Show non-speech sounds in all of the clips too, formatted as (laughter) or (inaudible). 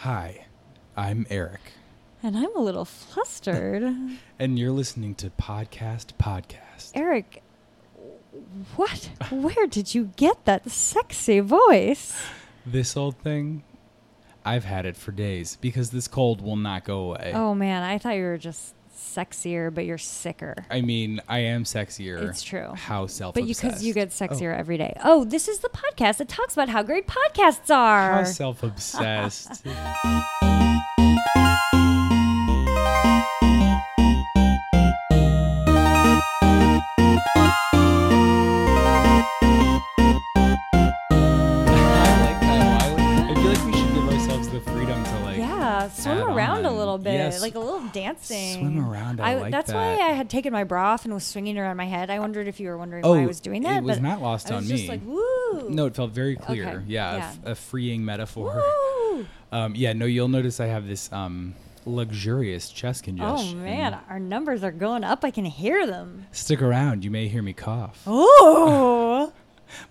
Hi, I'm Eric, And I'm a little flustered. and you're listening to Podcast Podcast. Eric, what? Where did you get that (laughs) sexy voice? This old thing, I've had it for days because this cold will not go away. Oh man, I thought you were just sexier, but you're sicker. I mean, I am sexier. It's true. How self But you, because you get sexier every day. Oh, this is the podcast that talks about how great podcasts How are. self (laughs) obsessed. I feel like we should give ourselves the freedom to like. yeah, swim add around a on. little bit, Yes. like a little dancing. Swim around, I like that's that. why I had taken my bra off and was swinging around my head. I wondered if you were wondering why I was doing that. oh, It was but not lost I on was me. just like, woo. no, it felt very clear. Yeah, a yeah. f- A, freeing metaphor. Woo. Um, yeah, no, you'll notice I have this um, luxurious chest Oh congestion. man, our numbers are going up. I can hear them. Stick around, you may hear me cough. (laughs) Oh.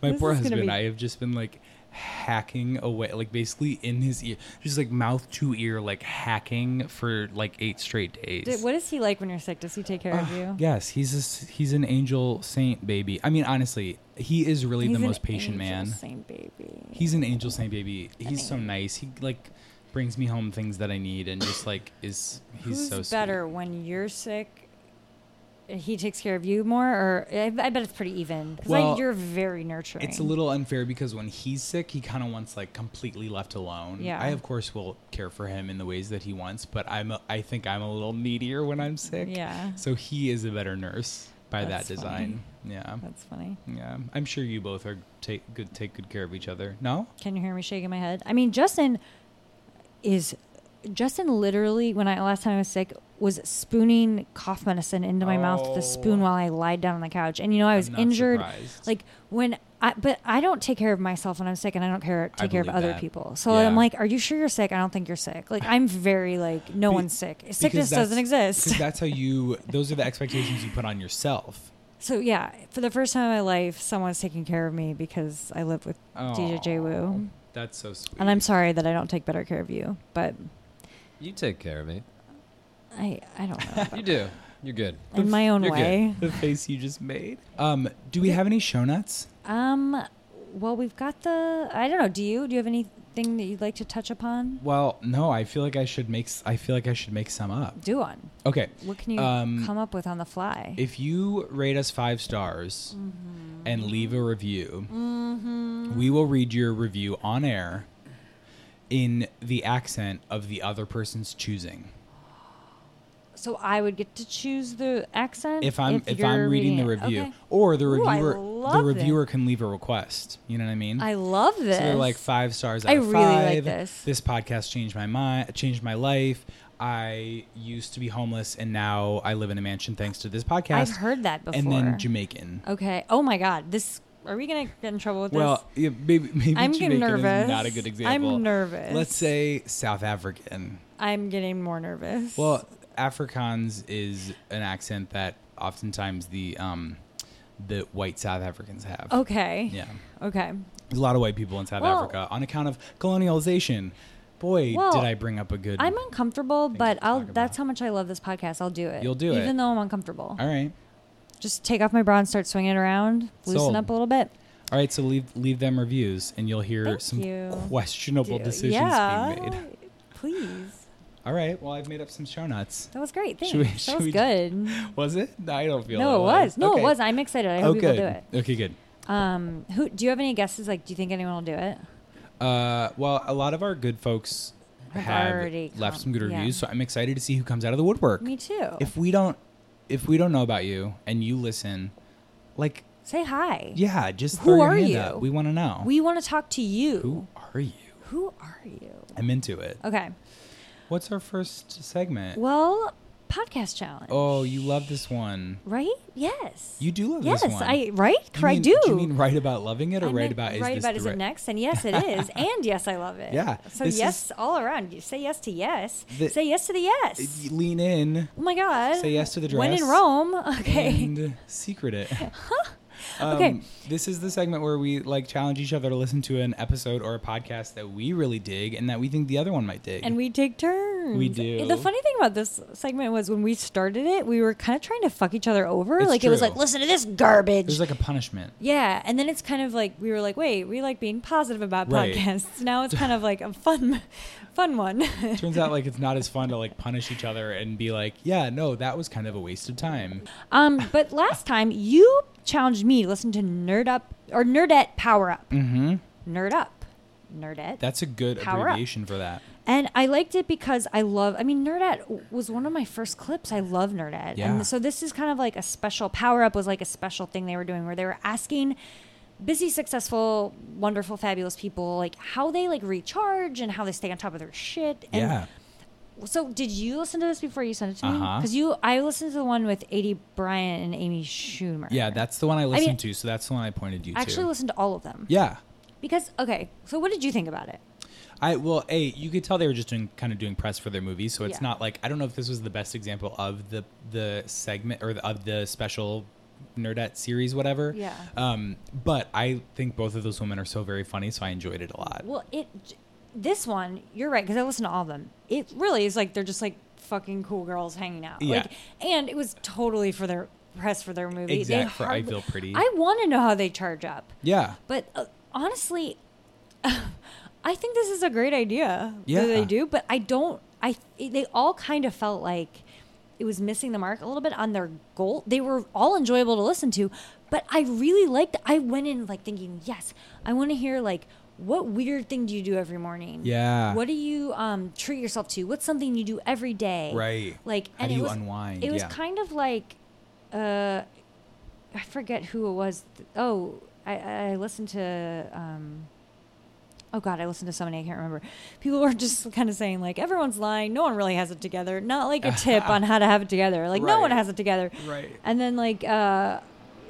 My this poor is gonna husband, be- I have just been like hacking away, like basically in his ear, just like mouth to ear, like hacking for like eight straight days. Ah, what is he like when you're sick? Does he take care of you? Yes, he's a s he's an angel saint baby. I mean, honestly, he is really the He's an most patient angel man. Saint baby. He's an angel saint baby. He's so nice. He like brings me home things that I need and just like is he's Who's so sweet. better when you're sick? He takes care of you more, or I, I bet it's pretty even. Because Well, you're very nurturing. It's a little unfair because when he's sick, he kind of wants like completely left alone. Yeah. I of course will care for him in the ways that he wants, but I'm a, I think I'm a little needier when I'm sick. Yeah. So he is a better nurse by That's that design. Yeah. That's funny. Yeah. I'm sure you both are take good take good care of each other. No? Can you hear me shaking my head? I mean, Justin is Justin literally when I last time I was sick was spooning cough medicine into my mouth with a spoon Oh. while I lied down on the couch, and you know I was not injured. surprised. Like (laughs) when I, but I don't take care of myself when I'm sick, and I don't care take care of believe other that. people. So Yeah. I'm like, are you sure you're sick? I don't think you're sick. Like I'm very like no Be- one's sick. Because Sickness that's- doesn't Because exist. that's how you those are the expectations you put on yourself. (laughs) so yeah, for the first time in my life, someone's taking care of me because I live with DJ J Woo, Oh, That's so sweet. and I'm sorry that I don't take better care of you, but. You take care of me. I, I don't know. You do. You're good. in my own You're good. way. the face you just made. Um, do we have any show nuts? Um, well, we've got the. I don't know. Do you? Do you have anything that you'd like to touch upon? Well, no, I feel like I should make s- I feel like I should make some up. Do on. Okay. What can you Um, come up with on the fly? If you rate us 5 stars Mm-hmm. and leave a review, we will read your review on air in the accent of the other person's choosing. so I would get to choose the accent If I'm if, I'm you're reading, the it. review Okay. or the Ooh, I reviewer the love it. reviewer can leave a request, you know what I mean? I love this. So they're like five stars. Out I of really like five. this. podcast changed my mind. Changed my life. I used to be homeless and now I live in a mansion thanks to this podcast. I've heard that before. And then Jamaican. okay. Oh my God. This. Are we gonna get in trouble with Well, yeah, maybe maybe I'm Jamaican getting is nervous. not a good I'm example. nervous. Let's say South African. this? I'm getting more nervous. Well, Afrikaans is an accent that oftentimes the um the white South Africans have. Oh, Okay. Yeah. Okay. There's a lot of white people in South Well- Africa on account of colonialization. Boy, Well, did I bring up a good. I'm uncomfortable, but to I'll. talk about. That's how much I love this podcast. I'll do it. You'll do it. even though I'm uncomfortable. All right. just take off my bra and start swinging around, loosen Sold. up a little bit. All right, so leave leave them reviews, and you'll hear Thank some you. questionable Do- decisions yeah, being made. Please, All right, well, I've made up some show nuts. that was great. Thanks. Should we- should that was we- good. Was it? No, I don't feel. No, it was. No, Okay. it was. I'm excited. I oh, hope good. people do it. Okay, good. Um, who do you have any guesses? Like, do you think anyone will do it? Uh, well, a lot of our good folks Have have already left come- some good yeah. reviews, so I'm excited to see who comes out of the woodwork. Me too. If we don't, if we don't know about you and you listen, like, Say hi. yeah, just Who throw your are hand you? up. We want to know. We want to talk to you. who are you? Who are you? I'm into it. Okay. What's our first segment? Well, podcast challenge. Eh. Oh, you love this one. Right? Yes. You do love yes, this one. I right? You I mean- do. you mean right about loving it or I right meant about is right this about the is right- it next and yes it (laughs) is and yes I love it Yeah, so this yes is- all around you say yes to yes The- say yes to the yes You Lean in, oh my god say yes to the dress. when in Rome (laughs) okay (laughs) and secret it. Um, Okay. This is the segment where we like challenge each other to listen to an episode or a podcast that we really dig and that we think the other one might dig. And we take turns. We do. The funny thing about this segment was when we started it, we were kind of trying to fuck each other over. It's like it was true. like, listen to this garbage. there's like a punishment. yeah, and then it's kind of like we were like, wait, we like being positive about Right. podcasts. Now it's kind of like a fun, (laughs) fun one. Turns out like it's not as fun to like punish each other and be like, yeah, no, that was kind of a waste of time. um, but last time you challenged me to listen to Nerd Up or Nerdette Power Up. Mm-hmm. Nerd Up, Nerdette. That's a good Power up. abbreviation for that. And I liked it because I love, I mean, Nerdette was one of my first clips. I love Nerdette. Yeah. And so this is kind of like a special, Power Up was like a special thing they were doing where they were asking busy, successful, wonderful, fabulous people, like how they like recharge and how they stay on top of their shit. And yeah. So did you listen to this before you sent it to me? Uh-huh. Because you, I listened to the one with A.D. Bryant and Amy Schumer. Yeah, that's the one I mean- listened to, so that's the one I pointed you I actually to. listened to all of them. yeah. Because, okay, so what did you think about it? I well, a you could tell they were just doing kind of doing press for their movies, so it's Yeah. not like I don't know if this was the best example of the the segment or the, of the special nerdette series, whatever. Yeah. Um, but I think both of those women are so very funny, so I enjoyed it a lot. Well, it this one, you're right because I listen to all of them. It really is like they're just like fucking cool girls hanging out. Yeah. Like and it was totally for their press for their movie. Exact for I Feel Pretty. I want to know how they charge up. yeah. But uh, honestly, (laughs) I think this is a great idea Yeah. that they do, but I don't I they all kind of felt like it was missing the mark a little bit on their goal. They were all enjoyable to listen to, but I really liked I went in like thinking, "Yes, I want to hear like what weird thing do you do every morning? Yeah. What do you um, treat yourself to? What's something you do every day? Right. Like, How and do it you was, unwind? It was Yeah. kind of like, uh, I forget who it was. th- Oh, I, I listened to. Um, oh God, I listened to so many I can't remember. People were (laughs) just kind of saying like everyone's lying. No one really has it together. Not like (laughs) a tip on how to have it together. Like no one Right. has it together. Right. And then like uh,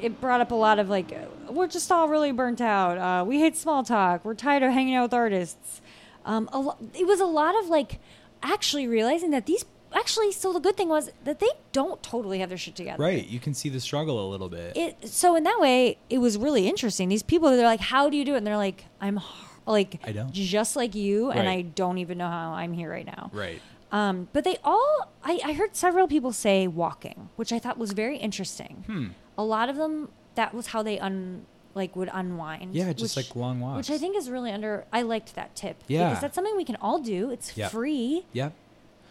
it brought up a lot of like we're just all really burnt out. Uh, we hate small talk. We're tired of hanging out with artists. Um, a lo- it was a lot of like actually realizing that these actually. So the good thing was that they don't totally have their shit together Right. You can see the struggle a little bit. it so in that way it was really interesting these people they're like how do you do it and they're like i'm h- like I don't. just like you and Right. i don't even know how i'm here right now right. um but they all I, I heard several people say walking which i thought was very interesting Hmm. a lot of them that was how they un like would unwind Yeah, just which- like long walks. which i think is really under i liked that tip Yeah. because that's something we can all do it's Yep. free Yep.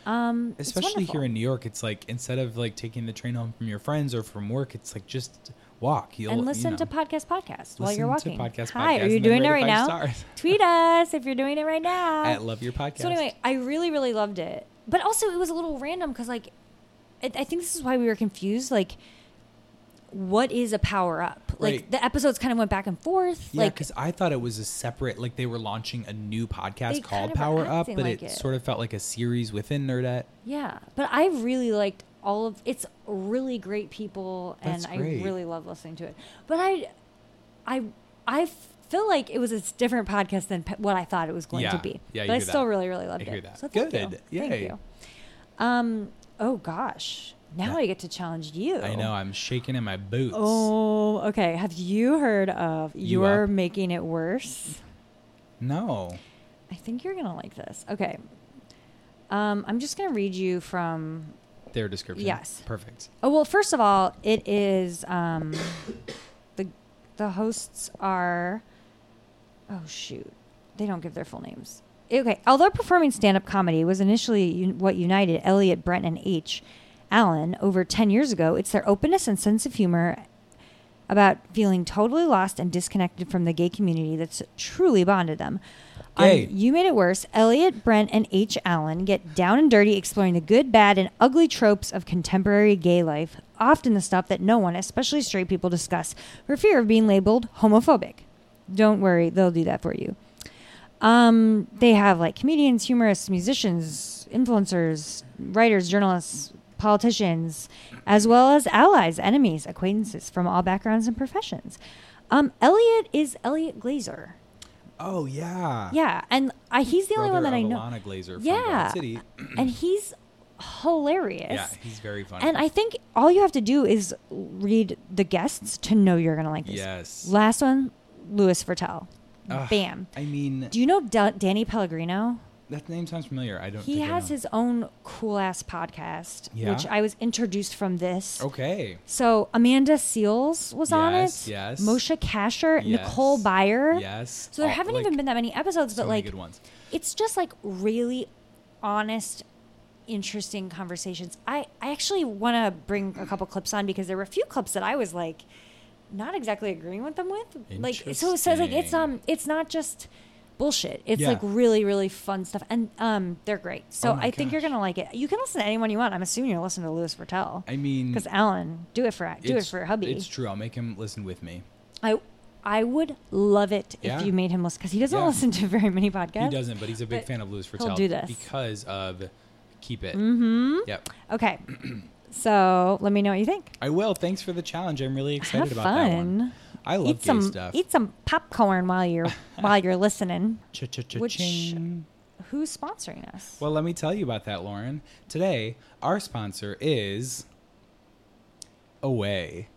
um it's Especially wonderful. here in New York, it's like instead of like taking the train home from your friends or from work, it's like just walk. You'll and you listen to know. podcast podcast while you're Listen walking. to podcast Hi, podcast are you and then doing it rate it right five now? stars. (laughs) Tweet us if you're doing it right now. (laughs) at Love Your Podcast. so anyway, I really really loved it, but also it was a little random because like, I, I think this is why we were confused. Like, what is a power up? Like Right. the episodes kind of went back and forth. Yeah, like, because I thought it was a separate, like they were launching a new They podcast kind called of are Power Up, acting but like it, it. sort of felt like a series within Nerdette. yeah, but I really liked all of. It's really great people, That's and great. I really love listening to it. But I, I, I feel like it was a different podcast than pe- what I thought it was going Yeah. to be. Yeah, you but I hear still that. really really loved I hear it. that. So thank Good. you. Thank Yay. you. Um. Oh gosh. Now Yeah. I get to challenge you. I know, I'm shaking in my boots. Oh, okay. Have you heard of You You're Up? Making It Worse? No. I think you're going to like this. Okay. Um, I'm just going to read you from. Their description. Yes. Perfect. Oh, well, first of all, it is. Um, (coughs) the, the hosts are. Oh, shoot. They don't give their full names. Okay. Although performing stand up comedy was initially un- what united Elliot, Brent, and H. Allen over 10 years ago, it's their openness and sense of humor about feeling totally lost and disconnected from the gay community that's truly bonded them. On Gay. you Made It Worse, Elliot, Brent, and H. Allen get down and dirty exploring the good, bad, and ugly tropes of contemporary gay life, often the stuff that no one, especially straight people, discuss for fear of being labeled homophobic. Don't worry, they'll do that for you. Um, they have like comedians, humorists, musicians, influencers, writers, journalists, politicians, as well as allies, enemies, acquaintances from all backgrounds and professions. Um, Elliot is Elliot Glazer. Oh, yeah. Yeah, and I, he's the only Brother one that of I know. Alana Glazer from Yeah. Broad City. (clears throat) and he's hilarious. Yeah, he's very funny. And I think all you have to do is read the guests to know you're going to like this. Yes. Last one, Louis Vertel. Ugh, Bam. I mean, Do you know Da- Danny Pellegrino? that name sounds familiar. I don't. He think I has know. his own cool ass podcast, which Yeah? I was introduced from this. Okay. So Amanda Seals was on Yes, it. yes. Moshe Kasher, Yes. Nicole Byer. Yes. So there All- haven't like, even been that many episodes, so but many like good ones. it's just like really honest interesting conversations i i actually want to bring a couple clips on because there were a few clips that i was like not exactly agreeing with them with like so it says like it's Interesting. um it's not just bullshit it's Yeah. like really really fun stuff and um they're great so Oh i my think you're gosh. gonna like it you can listen to anyone you want i'm assuming you're listening to louis vertel I mean, because alan do it for do it it's- for hubby It's true. I'll make him listen with me. i i would love it Yeah. if you made him listen because he doesn't Yeah. listen to very many podcasts He doesn't, but he's a big But fan of Louis Fertel. he'll do this. because of Keep It. hmm Yep. Okay. (clears throat) so let me know what you think. I will. Thanks for the challenge. I'm really excited Have about that one. fun. I love eat some gay stuff. eat some popcorn while (laughs) you're while you're listening. which- Cha-cha-cha-ching. Who's sponsoring us? Well, let me tell you about that, Lauren. Today, our sponsor is Away.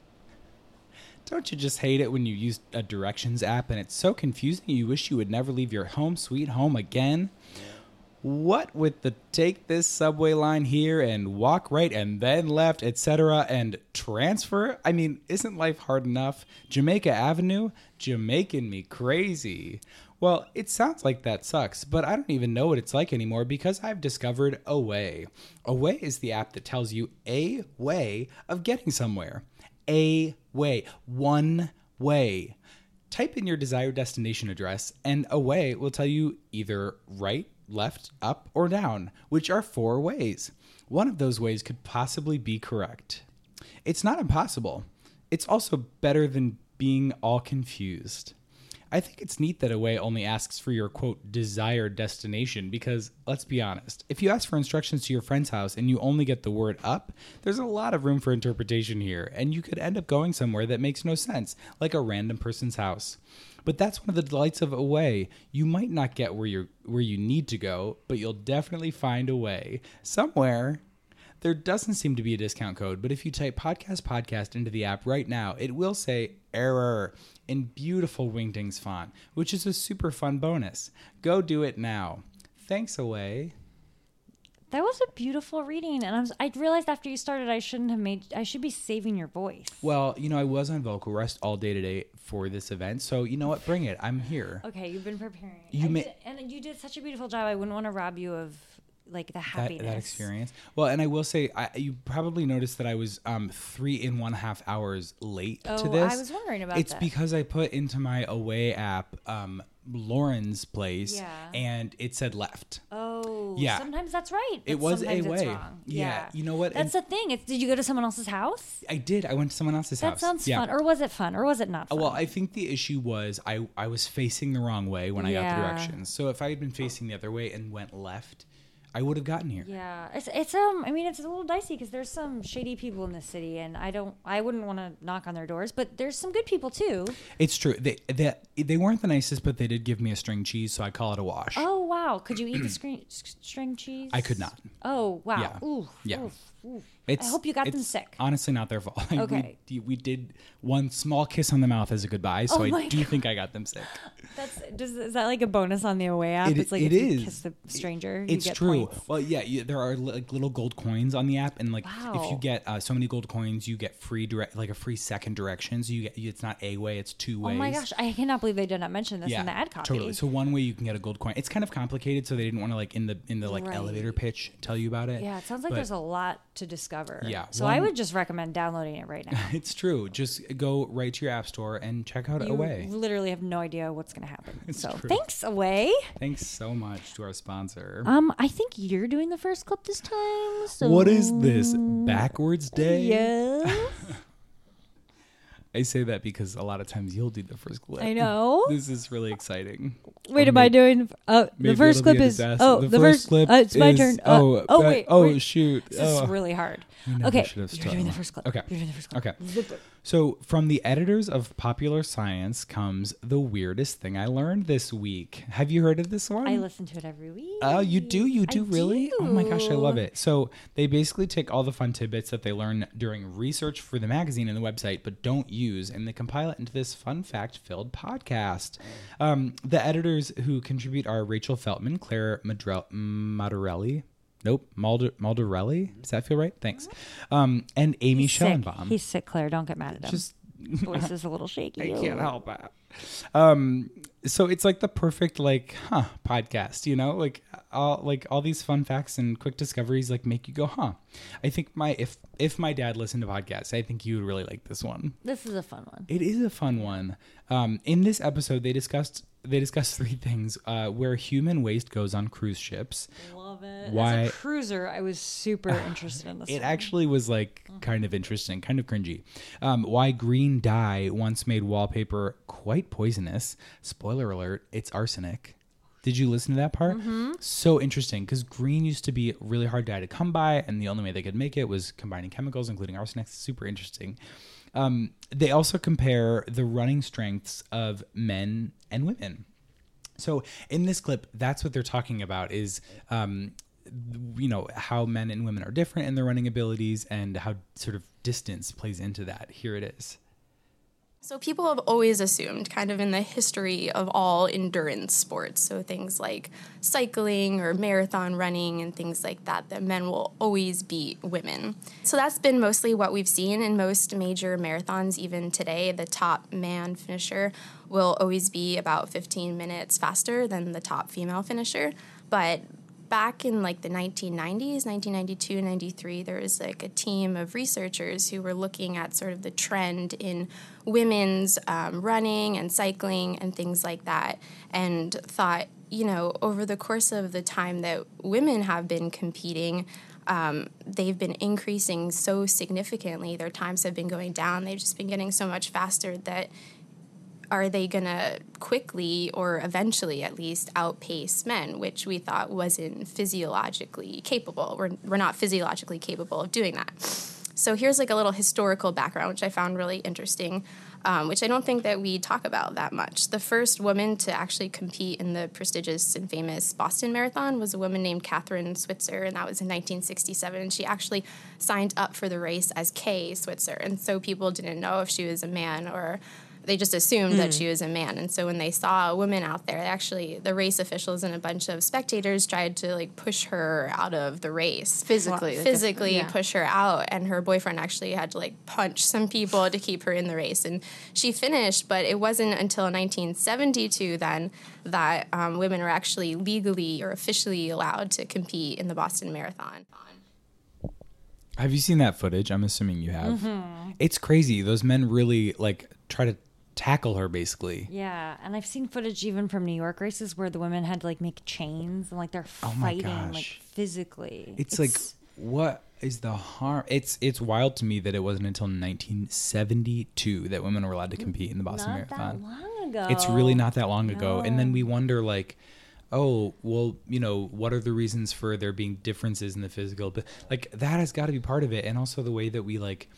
Don't you just hate it when you use a directions app and it's so confusing you wish you would never leave your home sweet home again? What with the take this subway line here and walk right and then left, etc., and transfer? I mean, isn't life hard enough? Jamaica Avenue? Jamaican me crazy. Well, it sounds like that sucks, but I don't even know what it's like anymore because I've discovered Away. Away is the app that tells you a way of getting somewhere. A way. One way. Type in your desired destination address, and Away will tell you either right, left, up, or down, which are four ways. One of those ways could possibly be correct. It's not impossible. It's also better than being all confused. I think it's neat that Away only asks for your quote desired destination because let's be honest, if you ask for instructions to your friend's house and you only get the word up, there's a lot of room for interpretation here, and you could end up going somewhere that makes no sense, like a random person's house. But that's one of the delights of Away. You might not get where you are where you need to go, but you'll definitely find a way somewhere. There doesn't seem to be a discount code, but if you type podcast podcast into the app right now, it will say error in beautiful Wingdings font, which is a super fun bonus. Go do it now. Thanks away. that was a beautiful reading, and I was I realized after you started I shouldn't have made I should be saving your voice. Well, you know, I was on vocal rest all day today for this event, so you know what? Bring it. I'm here. Okay, you've been preparing. You I may- did, and you did such a beautiful job. I wouldn't want to rob you of like the That, happiness. that experience. Well, and I will say, I, you probably noticed that I was um, three and one half hours late to Oh, this. I was wondering about it's that. because I put into my away app um, Lauren's place, Yeah. and it said left. Oh, Yeah. Sometimes that's right. It but was a sometimes it's way. wrong. Yeah, you know what? That's the thing. It's did you go to someone else's house? I did. I went to someone else's That house. sounds Yeah. fun, or was it fun, or was it not? Uh, fun? Well, I think the issue was I, I was facing the wrong way when I got the Yeah. directions. So if I had been facing the other way and went left, I would have gotten here. Yeah, it's it's um. I mean, it's a little dicey because there's some shady people in this city, and I don't. I wouldn't want to knock on their doors, but there's some good people too. It's true. They, they they weren't the nicest, but they did give me a string cheese, so I call it a wash. Oh wow! Could you eat (clears throat) the screen, s- string cheese? I could not. Oh wow! Yeah. Ooh, Yeah. Oof, oof. It's, I hope you got them it's sick. Honestly, not their fault. (laughs) Okay. we, we did one small kiss on the mouth as a goodbye, so Oh I my do God. think I got them sick. That's does, is that like a bonus on the away app? It- it's like it if you is. kiss the stranger. It's (laughs) you get true. Points. Well, yeah, you, there are li- like little gold coins on the app, and like if you Wow. get uh, so many gold coins, you get free direct, like a free second direction. So you get you, it's not a way, it's two Oh ways. my gosh! I cannot believe they did not mention this in the ad copy. Totally. So one way you can get a gold coin. It's kind of complicated, so they didn't want to like in the in the like Right. elevator pitch tell you about it. yeah, it sounds like But there's a lot to discover. Yeah, So I one- would just recommend downloading it right (laughs) now. It's true. Just go right to your app store and check out You Away. literally have no idea what's going (laughs) to happen. so true. thanks, away. Thanks so much to our sponsor. Um, I think you're doing the first clip this time. So what is this backwards day? Yes. I say that because a lot of times you'll do the first clip. (laughs) I know. This is really exciting. Wait, Or am I maybe- doing? Uh, the maybe first it'll be clip a is. disaster. Oh, the, first, clip. Uh, it's my is- turn. Uh, oh, oh uh, wait. Oh wait. shoot. This oh. is really hard. We never Okay, should you're have started doing the one. first clip. Okay. You're doing the first clip. Okay. So, from the editors of Popular Science comes the weirdest thing I learned this week. Have you heard of this one? I listen to it every week. Oh, you do? You do I really? Oh my gosh, I love do. it. So they basically take all the fun tidbits that they learn during research for the magazine and the website, but don't use, and they compile it into this fun fact filled podcast. Um, the editors who contribute are Rachel Feltman, Claire Madrel- Madarelli. Nope, Malder- Maldarelli. Does that feel right? Thanks. Um, and Amy He's sick. Schellenbaum. He's sick, Claire. Don't get mad at him. Just His voice is a little shaky. (laughs) I can't help it. Um, so it's like the perfect like huh podcast, you know, like all like all these fun facts and quick discoveries like make you go huh. I think my if if my dad listened to podcasts, I think you would really like this one. This is a fun one. It is a fun one. Um, in this episode, they discussed they discussed three things: uh, where human waste goes on cruise ships. Love it. Why- As a cruiser, I was super interested in this. It one. Mm. actually was like kind of interesting, kind of cringy. Um, why green dye once made wallpaper quite poisonous. Spoiler alert, it's arsenic. Did you listen to that part? Mm-hmm. So interesting because green used to be really hard dye to come by, and the only way they could make it was combining chemicals, including arsenic. Super interesting. Um, they also compare the running strengths of men and women. So in this clip, that's what they're talking about is, um, you know, how men and women are different in their running abilities and how sort of distance plays into that. Here it is. So, people have always assumed, kind of in the history of all endurance sports, so things like cycling or marathon running and things like that, that men will always beat women. So, that's been mostly what we've seen in most major marathons, even today. The top man finisher will always be about 15 minutes faster than the top female finisher. But back in like the 1990s 1992 93 there was like a team of researchers who were looking at sort of the trend in women's um, running and cycling and things like that and thought you know over the course of the time that women have been competing um, they've been increasing so significantly their times have been going down they've just been getting so much faster that are they going to quickly or eventually at least outpace men, which we thought wasn't physiologically capable? We're, we're not physiologically capable of doing that. So here's like a little historical background, which I found really interesting, um, which I don't think that we talk about that much. The first woman to actually compete in the prestigious and famous Boston Marathon was a woman named Catherine Switzer, and that was in 1967. And she actually signed up for the race as Kay Switzer, and so people didn't know if she was a man or they just assumed that Hmm. she was a man and so when they saw a woman out there they actually the race officials and a bunch of spectators tried to like push her out of the race Physically, like a- physically yeah. push her out and her boyfriend actually had to like punch some people to keep her in the race and she finished but it wasn't until 1972 then that um, women were actually legally or officially allowed to compete in the boston marathon Have you seen that footage? I'm assuming you have. Mm-hmm. It's crazy. Those men really like try to tackle her basically. Yeah, and I've seen footage even from New York races where the women had to like make chains and like they're Oh my fighting like gosh. physically. It's, like what is the harm? It's it's wild to me that it wasn't until 1972 that women were allowed to compete in the Boston not Marathon. that long ago. It's really not that long ago. And then Oh, No. we wonder, like, oh, well, you know, what are the reasons for there being differences in the physical? But like, that has got to be part of it. And also the way that we like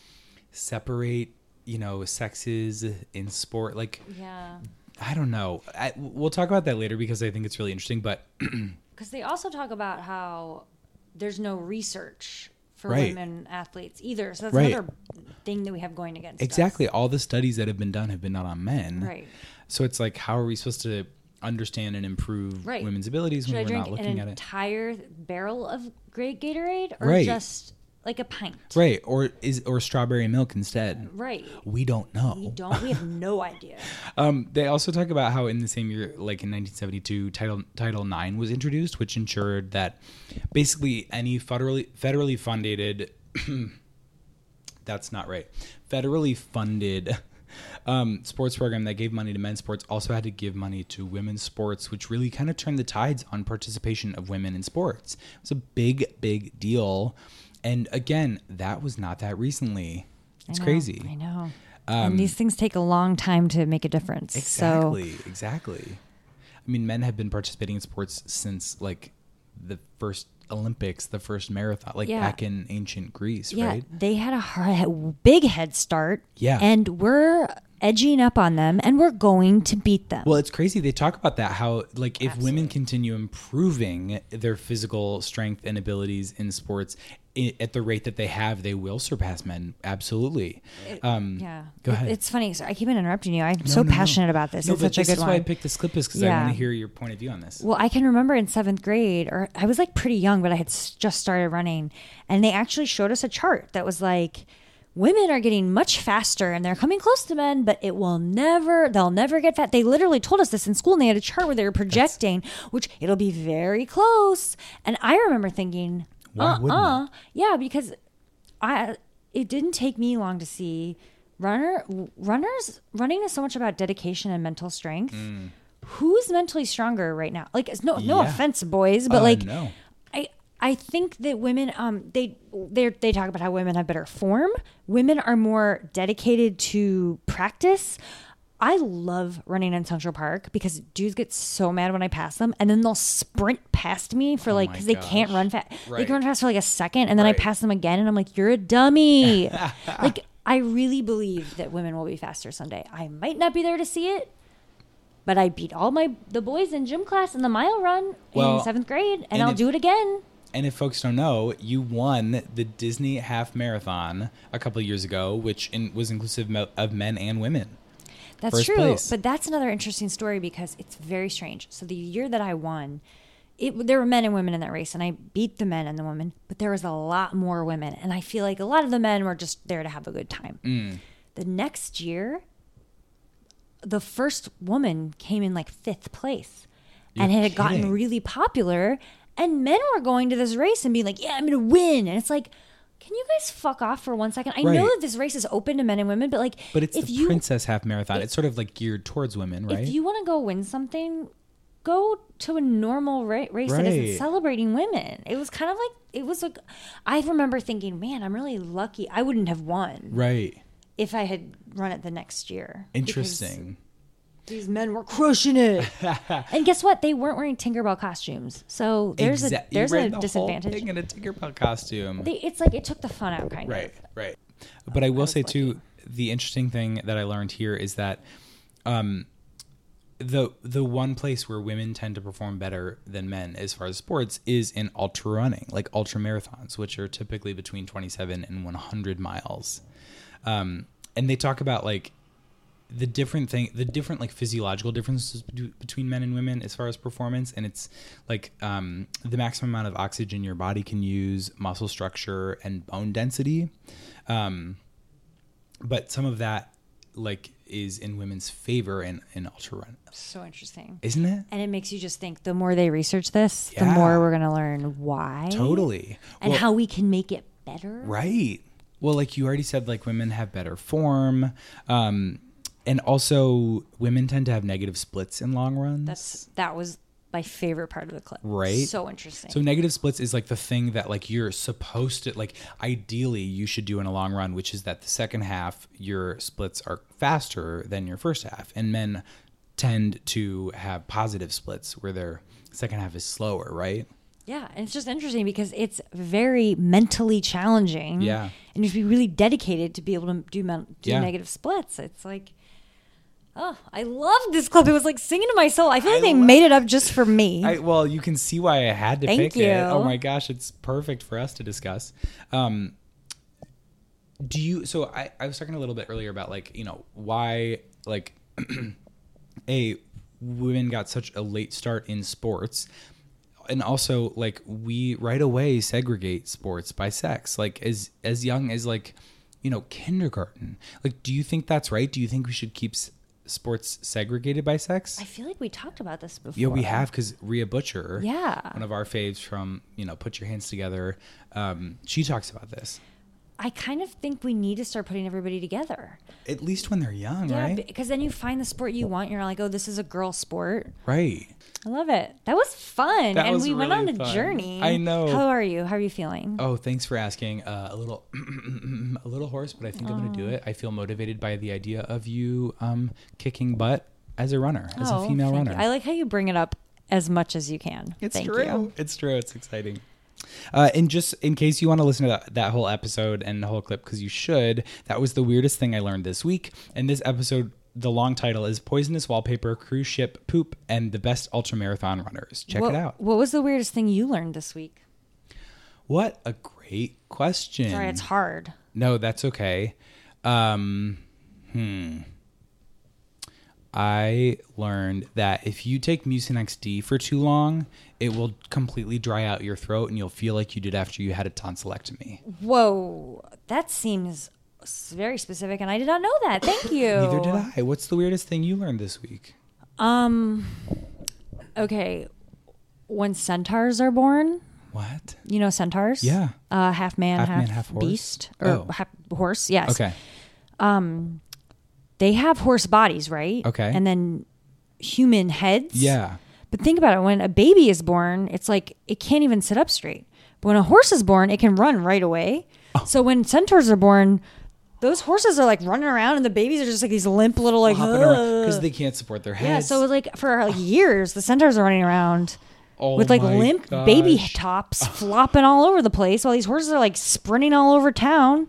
separate, you know, sexes in sport. Like, Yeah, I don't know. I, we'll talk about that later because I think it's really interesting. But because they also talk about how there's no research for Right. women athletes either. So that's Right. another thing that we have going against. us. exactly, all the studies that have been done have been done on men. Right. So it's like, how are we supposed to understand and improve Right. women's abilities Should when I we're drink not looking an at it? entire barrel of great Gatorade or Right. just like a pint? Right. Or is or strawberry milk instead. Right. We don't know. Oh. We don't. We have no idea. Um, they also talk about how in the same year, like in 1972, Title Title IX was introduced, which ensured that basically any federally federally funded (clears throat) that's not right federally funded (laughs) um, sports program that gave money to men's sports also had to give money to women's sports, which really kind of turned the tides on participation of women in sports. It was a big, big deal, and again, that was not that recently. It's I know, crazy. Um, I know. and these things take a long time to make a difference. So Exactly. Exactly. I mean, men have been participating in sports since like the first Olympics, the first marathon, like Yeah. back in ancient Greece, yeah, right? they had a hard, big head start. Yeah. and we're edging up on them, and we're going to beat them. Well, it's crazy. They talk about that how like if women continue improving their physical strength and abilities in sports i at the rate that they have, they will surpass men. Absolutely. um, yeah, Go It- ahead. It's funny. So I keep interrupting you. I'm so passionate about this. No, it's but such a this- good that's one. why I picked this clip is because I Yeah. want to hear your point of view on this. Well, I can remember in seventh grade, or I was like pretty young, but I had s- just started running, and they actually showed us a chart that was like, women are getting much faster and they're coming close to men, but it will never, they'll never get fat. They literally told us this in school, and they had a chart where they were projecting, which it'll be very close. And I remember thinking, Why wouldn't uh-uh. yeah, because I it didn't take me long to see runner runners running is so much about dedication and mental strength. Who's mentally stronger right now? Like it's no no Mm. Yeah. offense, boys, but Uh, like no. I I think that women um they they they talk about how women have better form. Women are more dedicated to practice. I love running in Central Park because dudes get so mad when I pass them, and then they'll sprint past me for like Oh my because they can't gosh. run fast. They Right. can run fast for like a second, and then I Right. pass them again, and I'm like, "You're a (laughs) dummy." like I really believe that women will be faster someday. I might not be there to see it, but I beat all my the boys in gym class in the mile run in Well, seventh grade, and, and I'll if- do it again. And if folks don't know, you won the Disney Half Marathon a couple of years ago, which in, was inclusive mo- of men and women. That's first true. place. But that's another interesting story because it's very strange. So the year that I won, it, there were men and women in that race, and I beat the men and the women, but there was a lot more women. And I feel like a lot of the men were just there to have a good time. Mm. The next year, the first woman came in like fifth place and it had gotten kidding. really popular. And men were going to this race and being like, yeah, I'm going to win. And it's like, can you guys fuck off for one second? I know Right. that this race is open to men and women, but like, But it's if the you Princess Half Marathon. it's sort of like geared towards women, right? if you want to go win something, go to a normal ra- race that isn't Right. celebrating women. It was kind of like it was like I remember thinking, man, I'm really lucky. I wouldn't have won right. if I had run it the next year. Interesting. because These men were (laughs) crushing it, and guess what? They weren't wearing Tinkerbell costumes, so there's Exac- a you there's ran a the whole disadvantage. thing in a Tinkerbell costume. They- it's like it took the fun out, kind right, of. right. But I will say too, the interesting thing that I learned here is that um, the the one place where women tend to perform better than men as far as sports is in ultra running, like ultra marathons, which are typically between twenty seven and one hundred miles. Um, and they talk about like the different thing the different like physiological differences bet- between men and women as far as performance and it's like um, the maximum amount of oxygen your body can use muscle structure and bone density um, but some of that like is in women's favor in, in ultra run So interesting. isn't it And it makes you just think. The more they research this, the Yeah. more we're going to learn why totally and Well- how we can make it better. Right. Well, like you already said, like women have better form. Um, and also, women tend to have negative splits in long runs. That's that was my favorite part of the clip. Right? So interesting. so negative splits is like the thing that like you're supposed to like ideally you should do in a long run, which is that the second half your splits are faster than your first half, and men tend to have positive splits where their second half is slower, right? yeah, and it's just interesting because it's very mentally challenging. Yeah. And you should be really dedicated to be able to do men- do Yeah. negative splits. It's like Oh, I loved this clip. It was like singing to my soul. I feel like they love- made it up just for me. (laughs) I, well, you can see why I had to Thank pick it. Oh you. my gosh, it's perfect for us to discuss. Um, do you? So I, I was talking a little bit earlier about like you know why like (clears throat) a women got such a late start in sports and also like we right away segregate sports by sex like as as young as like you know kindergarten like do you think that's right do you think we should keep s- sports segregated by sex I feel like we talked about this before. yeah, we have because Rhea Butcher, Yeah. one of our faves from you know Put Your Hands Together, um, she talks about this. I kind of think we need to start putting everybody together. At least when they're young, Yeah, right? because then you find the sport you want. You're like, oh, this is a girl sport. right. I love it. That was fun, That and was we went on really a fun. journey. I know. How are you? How are you feeling? Oh, thanks for asking. Uh, a little, (clears throat) a little hoarse, but I think I'm going to Oh. do it. I feel motivated by the idea of you um, kicking butt as a runner, as Oh, a female Oh, thank runner. you. I like how you bring it up as much as you can. It's Thank true. you. It's true. It's exciting. Uh, and just in case you want to listen to that, that whole episode and the whole clip, because you should, that was the weirdest thing I learned this week. And this episode, the long title is Poisonous Wallpaper, Cruise Ship, Poop, and the Best Ultramarathon Runners. Check what, it out. What was the weirdest thing you learned this week? What a great question. Sorry, it's hard. No, that's okay. Um, hmm. I learned that if you take Mucinex D for too long, it will completely dry out your throat and you'll feel like you did after you had a tonsillectomy. Whoa, that seems s- very specific, and I did not know (laughs) that. Thank you. Neither did I. What's the weirdest thing you learned this week? Okay, when centaurs are born, What? you know centaurs. Yeah. Uh, half man, half, Half man, half horse? beast, or Oh. half horse. Yes. Okay. They have horse bodies, right? Okay. And then human heads. Yeah. But think about it when a baby is born, it's like it can't even sit up straight. But when a horse is born, it can run right away. Oh. So when centaurs are born, those horses are like running around and the babies are just like these limp little like Because they can't support their Oh. Yeah, heads. so like for like years the centaurs are running around Oh with like my limp baby gosh. (laughs) tops flopping all over the place while these horses are like sprinting all over town.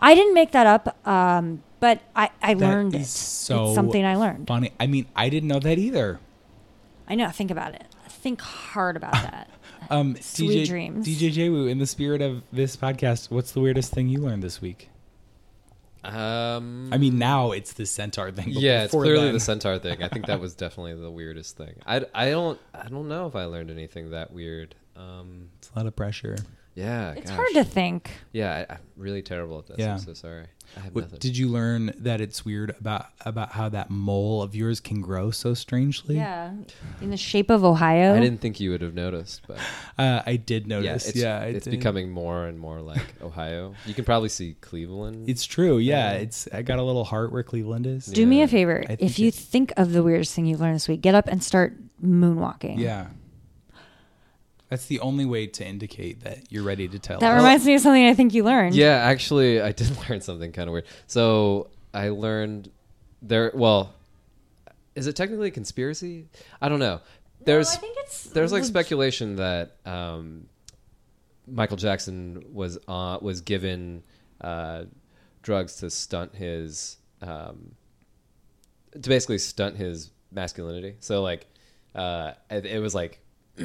I didn't make that up. Um but I, I That learned is it. So it's something I learned. Funny. I mean, I didn't know that either. I know. Think about it. Think hard about that. Um, Sweet DJ, dreams. DJ Jewu, in the spirit of this podcast, what's the weirdest thing you learned this week? Um, I mean, now it's the centaur thing. but yeah, it's before clearly then- the centaur thing. I think that was definitely the weirdest thing. I, I don't I don't know if I learned anything that weird. Um, It's a lot of pressure. yeah, It's gosh. hard to think. Yeah, I, I'm really terrible at this. Yeah. I'm so sorry. I have nothing. What, did you learn that it's weird about about how that mole of yours can grow so strangely? Yeah, in the shape of Ohio. I didn't think you would have noticed, but uh, I did yeah, notice. it's, Yeah, I it's did. becoming more and more like Ohio. You can probably see Cleveland. It's true. Yeah, it's. I got a little heart where Cleveland is. Do me a favor. I think If you it's- think of the weirdest thing you've learned this week, get up and start moonwalking. Yeah. That's the only way to indicate that you're ready to tell. That us. reminds me of something I think you learned. Yeah, actually, I did (laughs) learn something kind of weird. So I learned there. Well, is it technically a conspiracy? I don't know. There's think it's there's like leg- speculation that um, Michael Jackson was uh, was given uh, drugs to stunt his um, to basically stunt his masculinity. So like uh, it, it was like. (clears throat)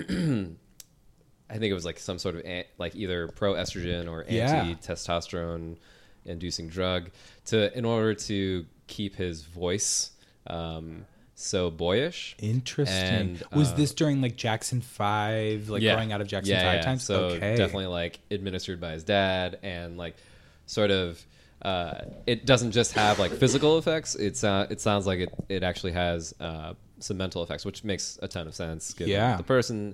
I think it was like some sort of an, like either pro estrogen or anti Yeah. testosterone inducing drug to in order to keep his voice um, so boyish. Interesting. And, was uh, this during like Jackson Five, like Yeah. growing out of Jackson Yeah, Five yeah. times? So okay. definitely like administered by his dad and like sort of uh, it doesn't just have like physical effects. It's uh, it sounds like it, it actually has uh, some mental effects, which makes a ton of sense given Yeah. the person.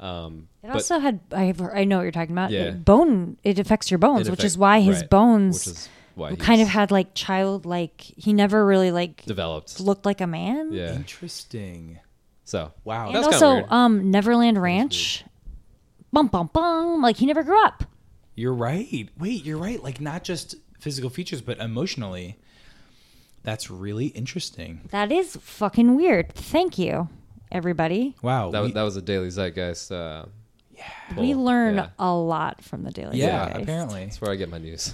Um, It but- also had. I've, I know what you're talking about. Yeah. It- bone. It affects your bones, It which affect- is why his right. bones Which is why he's kind of had like childlike. He never really like developed. looked like a man. Yeah. Interesting. So Wow. And That's kinda also, weird. um, Neverland Ranch. Bum bum bum. Like he never grew up. You're right. Wait, you're right. Like not just physical features, but emotionally. That's really interesting. That is fucking weird. Thank you, everybody. Wow. that, we- was that was a daily zeitgeist. Uh, we pull. learn Yeah. a lot from the Daily yeah, Zeitgeist. apparently. That's where I get my news.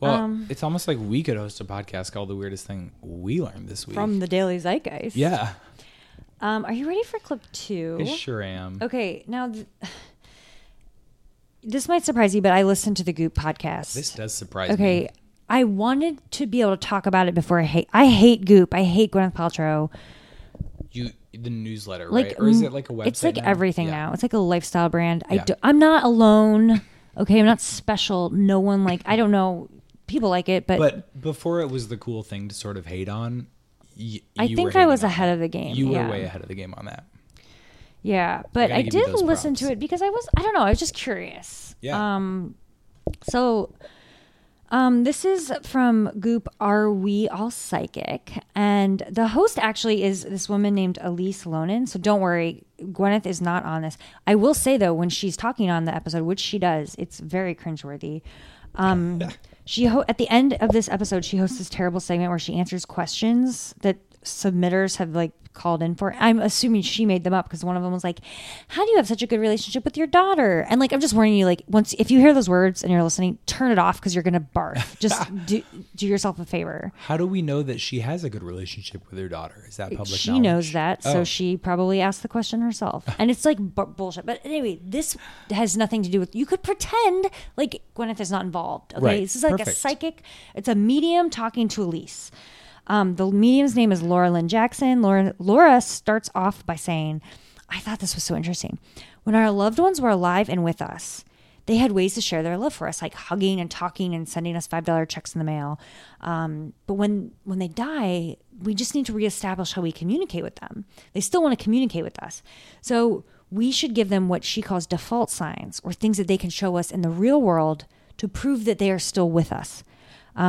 Well, Um, it's almost like we could host a podcast called The Weirdest Thing We Learned This Week. From the Daily Zeitgeist. yeah, Um, are you ready for clip two? I sure am. Okay, now th- (sighs) this might surprise you, but I listened to the Goop podcast. This does surprise me. okay, I wanted to be able to talk about it before I hate. I hate Goop. I hate Gwyneth Paltrow. You the newsletter, Like, right? Or is mm, it like a website? It's like now? everything Yeah. now. It's like a lifestyle brand. I Yeah. do, I'm not alone. Okay, I'm not special. No one like. I don't know. People like it, but, But before it was the cool thing to sort of hate on. Y- I you were think I was hating on ahead that. of the game. You were yeah. way ahead of the game on that. Yeah, but gotta I, give you did those listen to props. Um, it because I was I don't know, I was just curious. Yeah. So Um, this is from Goop Are We All Psychic? And the host actually is this woman named Elise Lonan. So don't worry, Gwyneth is not on this. I will say, though, when she's talking on the episode, which she does, it's very cringeworthy. Um, she ho- At the end of this episode, she hosts this terrible segment where she answers questions that submitters have like called in for. I'm assuming she made them up because one of them was like, "How do you have such a good relationship with your daughter?" And like, I'm just warning you, like, once if you hear those words and you're listening, turn it off because you're gonna (laughs) barf. Just do do yourself a favor. How do we know that she has a good relationship with her daughter? Is that public she knowledge? knows that, so Oh. she probably asked the question (laughs) herself. And it's like bu- bullshit. But anyway, this has nothing to do with. You could pretend like Gwyneth is not involved. Okay, Right. this is like a Perfect. psychic. It's a medium talking to Elise. Um, the medium's name is Laura Lynn Jackson. Laura, Laura starts off by saying, I thought this was so interesting. When our loved ones were alive and with us, they had ways to share their love for us, like hugging and talking and sending us $5 checks in the mail. Um, but when, when they die, we just need to reestablish how we communicate with them. They still want to communicate with us. So we should give them what she calls default signs or things that they can show us in the real world to prove that they are still with us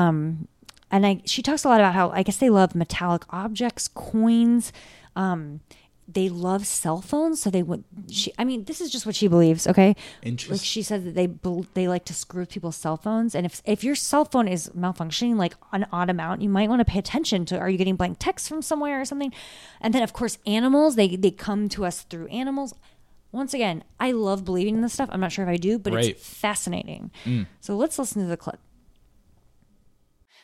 and I she talks a lot about how I guess they love metallic objects, coins. Um, they love cell phones, so they would. She, I mean, this is just what she believes. Okay, Interest- Like she said that they bel- they like to screw with people's cell phones, and if if your cell phone is malfunctioning like an odd amount, you might want to pay attention to. Are you getting blank texts from somewhere or something? And then of course animals. They they come to us through animals. Once again, I love believing in this stuff. I'm not sure if I do, but Right. Mm. it's fascinating. So let's listen to the clip.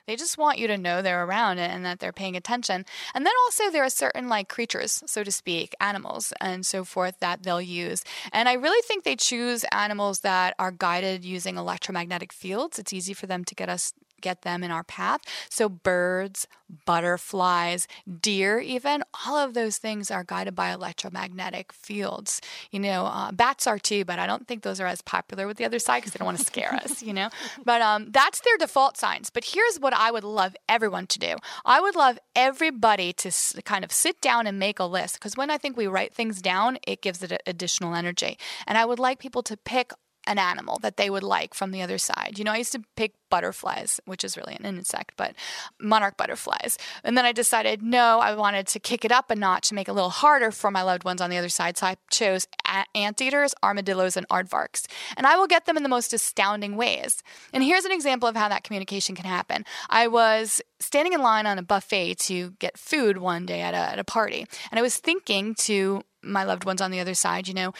They just want you to know they're around and that they're paying attention. And then also there are certain like creatures, so to speak, animals and so forth that they'll use. And I really think they choose animals that are guided using electromagnetic fields. It's easy for them to get us get them in our path. So birds, butterflies, deer, even all of those things are guided by electromagnetic fields. You know, uh, bats are too, but I don't think those are as popular with the other side because they don't want to scare us. You know, but um, that's their default signs. But here's what I would love everyone to do. I would love everybody to s- kind of sit down and make a list because when I think we write things down, it gives it a- additional energy. And I would like people to pick an animal that they would like from the other side. You know, I used to pick butterflies, which is really an insect, but monarch butterflies. And then I decided, no, I wanted to kick it up a notch and make it a little harder for my loved ones on the other side. So I chose a- anteaters, armadillos, and aardvarks. And I will get them in the most astounding ways. And here's an example of how that communication can happen. I was standing in line on a buffet to get food one day at a, at a party. And I was thinking to my loved ones on the other side, you know,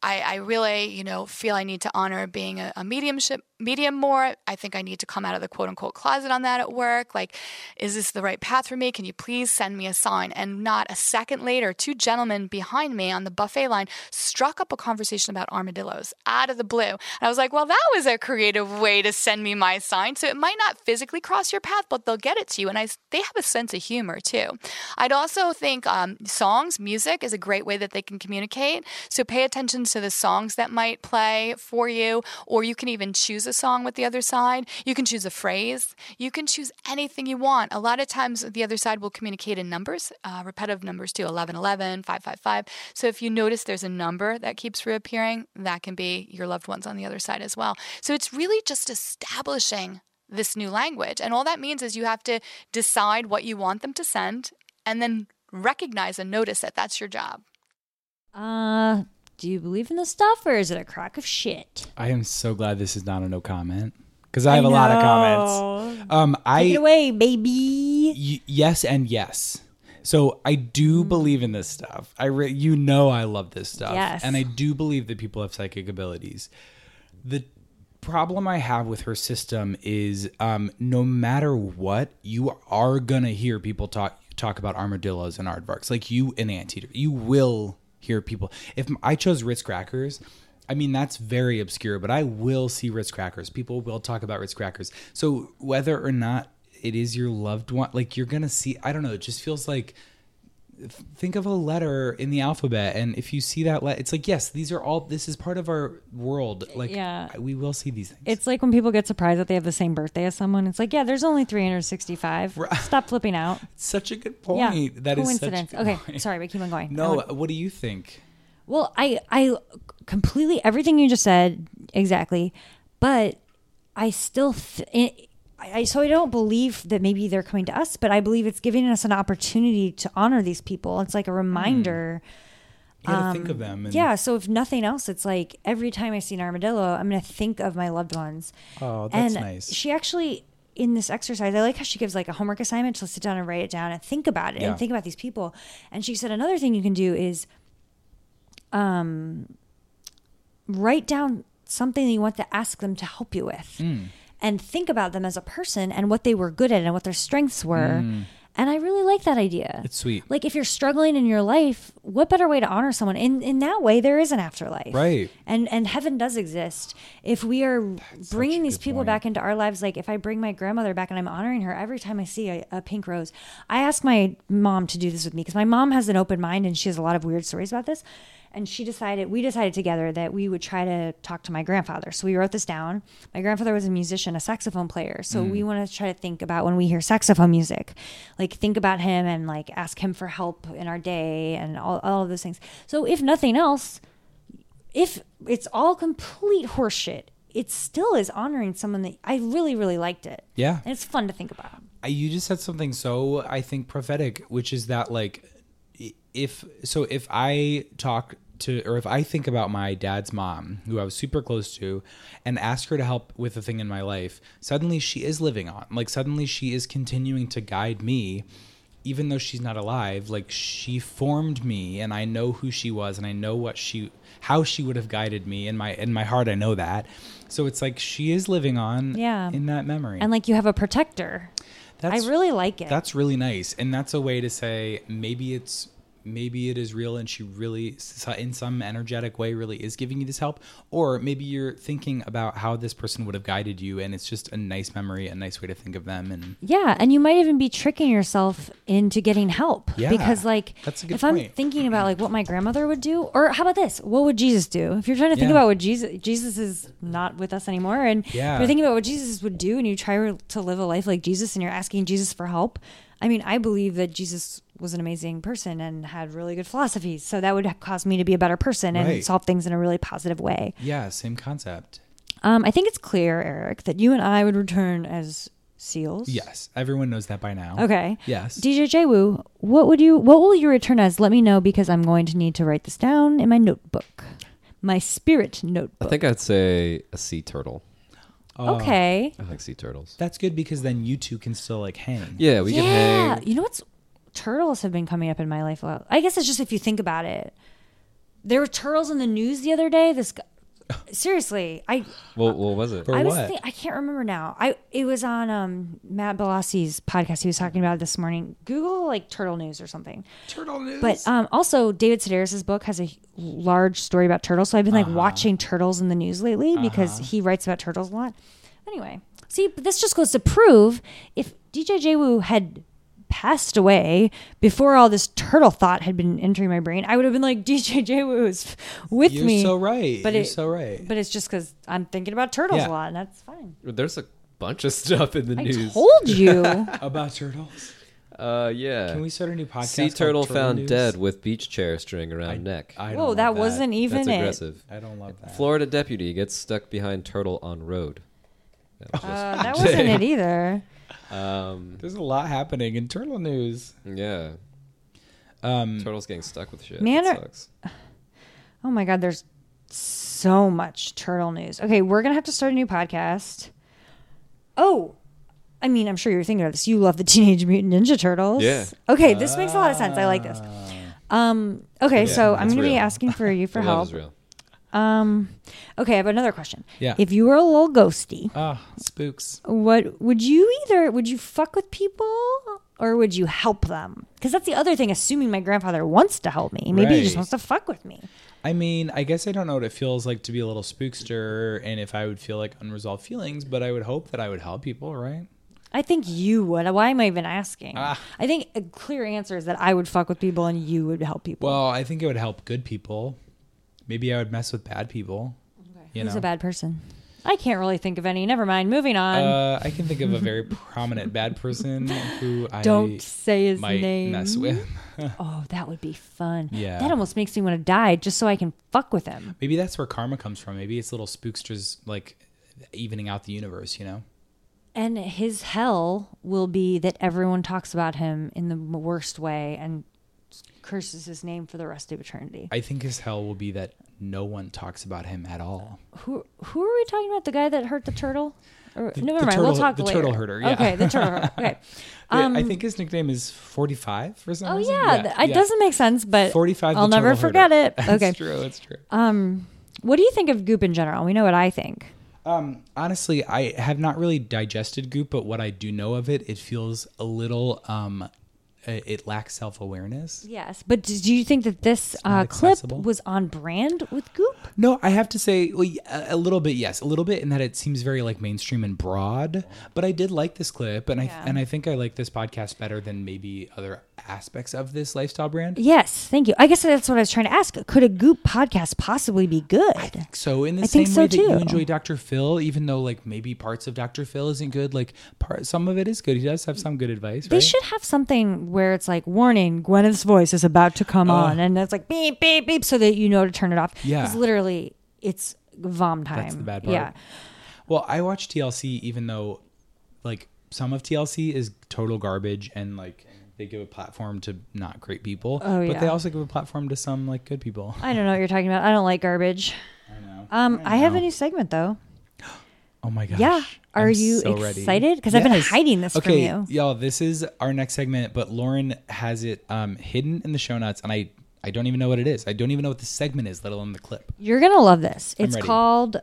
I, I really, you know, feel I need to honor being a, a mediumship medium more. I think I need to come out of the quote unquote closet on that at work. Like, is this the right path for me? Can you please send me a sign? And not a second later, two gentlemen behind me on the buffet line struck up a conversation about armadillos out of the blue. And I was like, well, that was a creative way to send me my sign. So it might not physically cross your path, but they'll get it to you. And I, s- they have a sense of humor too. I'd also think um, songs, music is a great way that they can communicate. So pay attention to the songs that might play for you, or you can even choose a song with the other side. You can choose a phrase. You can choose anything you want. A lot of times, the other side will communicate in numbers, uh, repetitive numbers too 1111, 555. So if you notice there's a number that keeps reappearing, that can be your loved ones on the other side as well. So it's really just establishing this new language. And all that means is you have to decide what you want them to send and then recognize and notice that that's your job. Uh, do you believe in this stuff or is it a crock of shit? I am so glad this is not a no comment because I have a lot of comments. Um, I Take it away, baby. y- yes and yes. So I do Mm. believe in this stuff. I re- you know I love this stuff, Yes. and I do believe that people have psychic abilities. The problem I have with her system is, um, no matter what, you are gonna hear people talk talk about armadillos and aardvarks, like you and anteater. You will hear people. If m- I chose Ritz crackers. I mean that's very obscure, but I will see Ritz crackers. People will talk about Ritz crackers. So whether or not it is your loved one like you're gonna see i don't know it just feels like th- think of a letter in the alphabet and if you see that letter it's like yes these are all this is part of our world like Yeah. I- we will see these things It's like when people get surprised that they have the same birthday as someone. It's like, yeah, there's only 365. Stop (laughs) flipping out. It's such a good Yeah, point that is such a coincidence. good okay, Um, point. sorry, but keep on going. I no want- what do you think Well, I I completely everything you just said exactly, but I still th- I, I- so I don't believe that maybe they're coming to us, but I believe it's giving us an opportunity to honor these people. It's Hmm. like a reminder. You gotta think of them. And um, Yeah. So if nothing else, it's like every time I see an armadillo, I'm gonna think of my loved ones. Oh, that's and nice. She actually in this exercise, I like how she gives like a homework assignment. She'll sit down and write it down and think about it Yeah. and think about these people. And she said another thing you can do is um write down something that you want to ask them to help you with. Hmm. And think about them as a person and what they were good at and what their strengths were. Hmm. And I really like that idea. It's sweet. Like if you're struggling in your life, what better way to honor someone? In in that way, there is an afterlife, Right. And and heaven does exist. If we are bringing a these good people point. back into our lives, like if I bring my grandmother back and I'm honoring her every time I see a, a pink rose, I ask my mom to do this with me because my mom has an open mind and she has a lot of weird stories about this. And she decided, we decided together that we would try to talk to my grandfather. So we wrote this down. My grandfather was a musician, a saxophone player. So we Mm. want to try to think about when we hear saxophone music, like think about him and like ask him for help in our day and all, all of those things. So if nothing else, if it's all complete horseshit, it still is honoring someone that I really, really liked it. Yeah. And it's fun to think about. I- you just said something so I think prophetic, which is that like i- if so if I talk to or if I think about my dad's mom, who I was super close to, and ask her to help with a thing in my life, suddenly she is living on. Like suddenly she is continuing to guide me even though she's not alive, like she formed me and I know who she was and I know what she how she would have guided me in my in my heart I know that. So it's like she is living on Yeah. in that memory. And like you have a protector. That's- I really like it. that's really nice, and that's a way to say maybe it's maybe it is real, and she really, s- in some energetic way, really is giving you this help, or maybe you're thinking about how this person would have guided you, and it's just a nice memory, a nice way to think of them, and yeah. And you might even be tricking yourself into getting help. Yeah. Because like That's a good if I'm point. thinking about like what my grandmother would do, or how about this? What would Jesus do? If you're trying to think Yeah. about what Jesus Jesus is not with us anymore and Yeah. you're thinking about what Jesus would do and you try to live a life like Jesus and you're asking Jesus for help. I mean, I believe that Jesus was an amazing person and had really good philosophies. So that would cause me to be a better person and Right. solve things in a really positive way. yeah, same concept. Um, I think it's clear, Eric, that you and I would return as seals. Yes, everyone knows that by now. Okay. Yes. DJ J Woo, what would you what will you return as? Let me know because I'm going to need to write this down in my notebook. My spirit I notebook. think I'd say a sea turtle. Oh. okay. I like sea turtles. that's good because then you two can still like hang. Yeah, we can yeah. hang. You know what's turtles have been coming up in my life a lot. I guess it's just if you think about it. There were turtles in the news the other day. (laughs) This guy, seriously, I Well, what was it? For I was what? think- I can't remember now. I it was on um, Matt Belossi's podcast. He was talking about it this morning. Google like turtle news or something. Turtle news. But um, also, David Sedaris's book has a large story about turtles. So I've been Uh-huh. like watching turtles in the news lately because he writes about turtles a lot. Anyway, see, but this just goes to prove if DJ J Woo had passed away before all this turtle thought had been entering my brain, I would have been like, (laughs) DJ J Woo is with you're me. so right. But you're it- so right. But it's just because I'm thinking about turtles Yeah. a lot, and that's fine. There's a bunch of stuff in the I news. (laughs) told you. about turtles, uh, yeah. can we start a new podcast? sea called turtle found News? dead with beach chair string around neck. I don't Whoa, love that wasn't e- even That's it. aggressive. I don't love that. Florida deputy gets stuck behind turtle on road. That was just- Uh, that wasn't it (laughs) either. um, There's a lot happening in turtle news. yeah. Um, Turtles getting stuck with shit. Man That or- sucks. Oh my God, there's so much turtle news. Okay, we're going to have to start a new podcast. Oh, I mean, I'm sure you're thinking of this. You love the (laughs) Teenage Mutant Ninja Turtles. Yeah. Ah. Okay, this makes a lot of sense. I like this. Um, okay, Yeah, so I'm it's going to be real. asking for you (laughs) for The love help. is real. Um, okay, I have another question. Yeah. If you were a little ghosty, Ah, spooks. what would you either would you fuck with people or would you help them? Because that's the other thing. Assuming my grandfather wants to help me, maybe he just Right. wants to fuck with me. I mean, I guess I don't know what it feels like to be a little spookster and if I would feel like unresolved feelings, but I would hope that I would help people, right? I think you would. Why am I even asking? Ah. I think a clear answer is that I would fuck with people and you would help people. Well, I think it would help good people. Maybe I would mess with bad people. You Who's know? a bad person? I can't really think of any. Never mind. Moving on. uh, I can think of a very prominent bad person (laughs) who I Don't say his might name. mess with. Oh, that would be fun. Yeah. That almost makes me want to die just so I can fuck with him. Maybe that's where karma comes from. Maybe it's little spooksters like evening out the universe, you know? And his hell will be that everyone talks about him in the m- worst way and curses his name for the rest of eternity. I think his hell will be that no one talks about him at all. Who who are we talking about? The guy that hurt the turtle? Or, no, the never mind. we'll turtle- talk the later. turtle herder, yeah. Okay, the turtle herder. Okay. (laughs) Wait, I think his nickname is 45 for some Um, Oh reason. yeah, th- it doesn't make sense, but 45 the Uh, I'll never turtle forget herder. (laughs) it. Okay. Uh, It's true. It's true. What do you think of Goop in general? We know what I think. Um, honestly, I have not really digested Goop, but what I do know of it, it feels a little, um, it it lacks self awareness. Yes, but d- do you think that this uh, not clip accessible. was on brand with Goop? No, I have to say, well, y- a a little bit, yes, a little bit, in that it seems very like mainstream and broad. But I did like this clip, and I and I think I like this podcast better than maybe other aspects of this lifestyle brand. Yes, thank you. I guess that's what I was trying to ask. Could a Goop podcast possibly be good? So in the I same think so, way that you too. enjoy Dr. Phil, even though like maybe parts of Dr. Phil isn't good, like part some of it is good. He does have some good advice. They right? should have something where it's like, warning, Gwyneth's voice is about to come on. And it's like, beep, beep, beep, so that you know to turn it off. Yeah. Because literally, it's vom time. the bad part. Yeah. Well, I watch TLC even though like some of TLC is total garbage and like they give a platform to not great people, Oh, but they yeah. also give a platform to some like good people. I don't know what you're talking about. I don't like garbage. I know. Um, I have a new segment, though. Oh my gosh. Yeah. Are I'm you so ready. excited? Because I've been Yes. hiding this okay, from you. y'all, this is our next segment, but Lauren has it um, hidden in the show notes, and I, I don't even know what it is. I don't even know what the segment is, let alone the (laughs) clip. You're going to love this. It's ready. called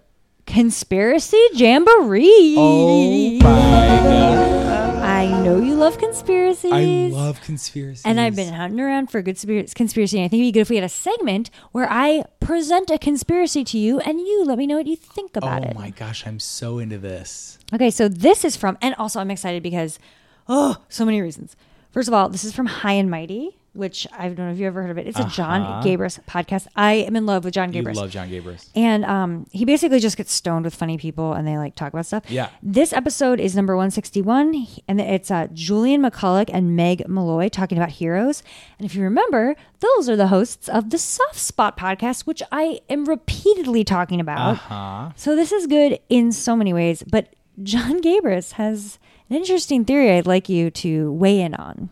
Conspiracy Jamboree. Oh my god. I know you love conspiracies. I love conspiracies. And I've been hunting around for a good spir- conspiracy. And I think it'd be good if we had a segment where I present a conspiracy to you and you let me know what you think Oh about it. my gosh, I'm so into this. Okay, so this is from, and also I'm excited because, oh, so many reasons. First of all, this is from High and Mighty, which I don't know if you ever heard of it. It's a John Gabris podcast. I am in love with John Uh-huh. You Gabris. love John Gabris. And um, he basically just gets stoned with funny people and they like talk about stuff. Yeah. This episode is number 161, he- and it's uh, Julian McCulloch and Meg Malloy talking about heroes. And if you remember, those are the hosts of the Soft Spot podcast, which I am repeatedly talking about. So this is good in so many ways, but John Gabris has an interesting theory I'd like you to weigh in on.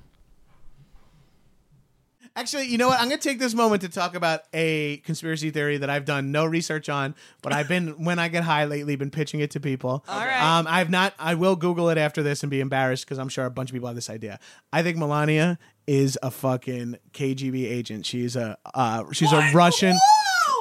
Actually, you know what? I'm going to take this moment to talk about a conspiracy theory that I've done no research on, but I've been (laughs) when I get high lately been pitching it to people. All right. Um, I've not. I will Google it after this and be embarrassed because I'm sure a bunch of people have this idea. I think Melania is a fucking KGB agent. She's a uh, she's a Russian.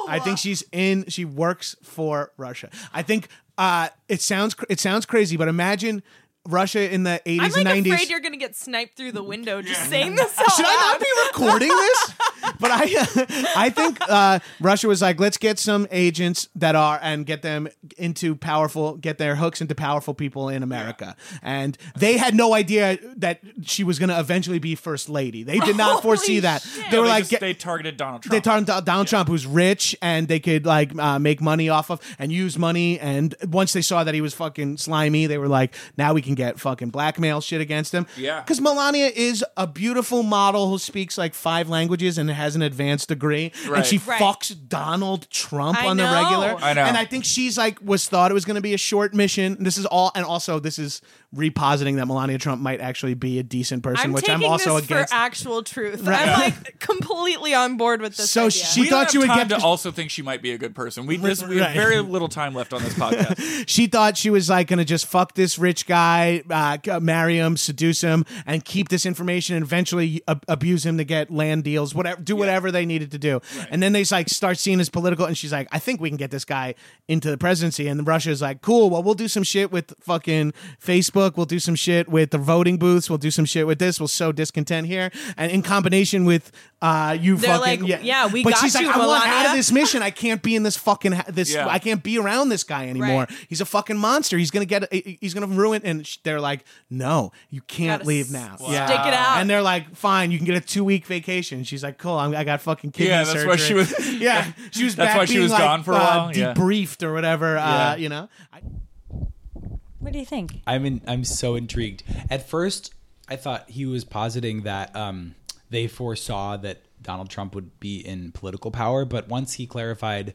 I think she's in. She works for Russia. I think uh, it sounds cr- it sounds crazy, but imagine Russia in the 80s I'm like and 90s. afraid you're gonna get sniped through the window just saying this. Out Should loud. I not be recording this? But I, (laughs) I think uh, Russia was like, let's get some agents that are and get them into powerful, get their hooks into powerful people in America. And they had no idea that she was going to eventually be first lady. They did not foresee that. They were they, like, just- get- they targeted Donald Trump. they turned down Donald Trump, who's rich, and they could like uh, make money off of and use money. And once they saw that he was fucking slimy, they were like, now we can get fucking blackmail shit against him. Yeah. because Melania is a beautiful model who speaks like five languages and has an advanced degree, Right. and she Right. fucks Donald Trump I on the know. regular. I know. and I think she's like was thought it was going to be a short mission. This is all, and also this is repositing that Melania Trump might actually be a decent person, I'm which taking I'm also this against. for actual truth. I'm (laughs) like completely on board with this. So idea. she- we thought don't have you would time get- to also think she might be a good person. We this, we Right. have very little time left on this podcast. She thought she was like gonna just fuck this rich guy, uh, g- marry him, seduce him, and keep this information, and eventually ab- abuse him to get land deals, whatever, do whatever they needed to do. And then they s- like start seeing his political, and she's like, I think we can get this guy into the presidency. And Russia's like, cool, well we'll do some shit with fucking Facebook, we'll do some shit with the voting booths, we'll do some shit with this, we'll sow discontent here, and in combination with uh, you They're fucking like, "Yeah, we but got she's you, like, I want out of Melania." this mission. I can't be in this fucking ha- this. Yeah. I can't be around this guy anymore. Right. He's a fucking monster. He's gonna get. He's gonna ruin. And sh- they're like, no, you can't Gotta leave s- now. stick it out. And they're like, fine, you can get a two week vacation. She's like, cool. I'm, I got fucking kidney Yeah, that's surgery. why she was- (laughs) yeah, she was. That's back why she being, was like, gone for a uh, while, yeah. debriefed or whatever. Yeah. Uh, you know. I- What do you think? I'm in, I'm so intrigued. At first, I thought he was positing that um, they foresaw that Donald Trump would be in political power, but once he clarified,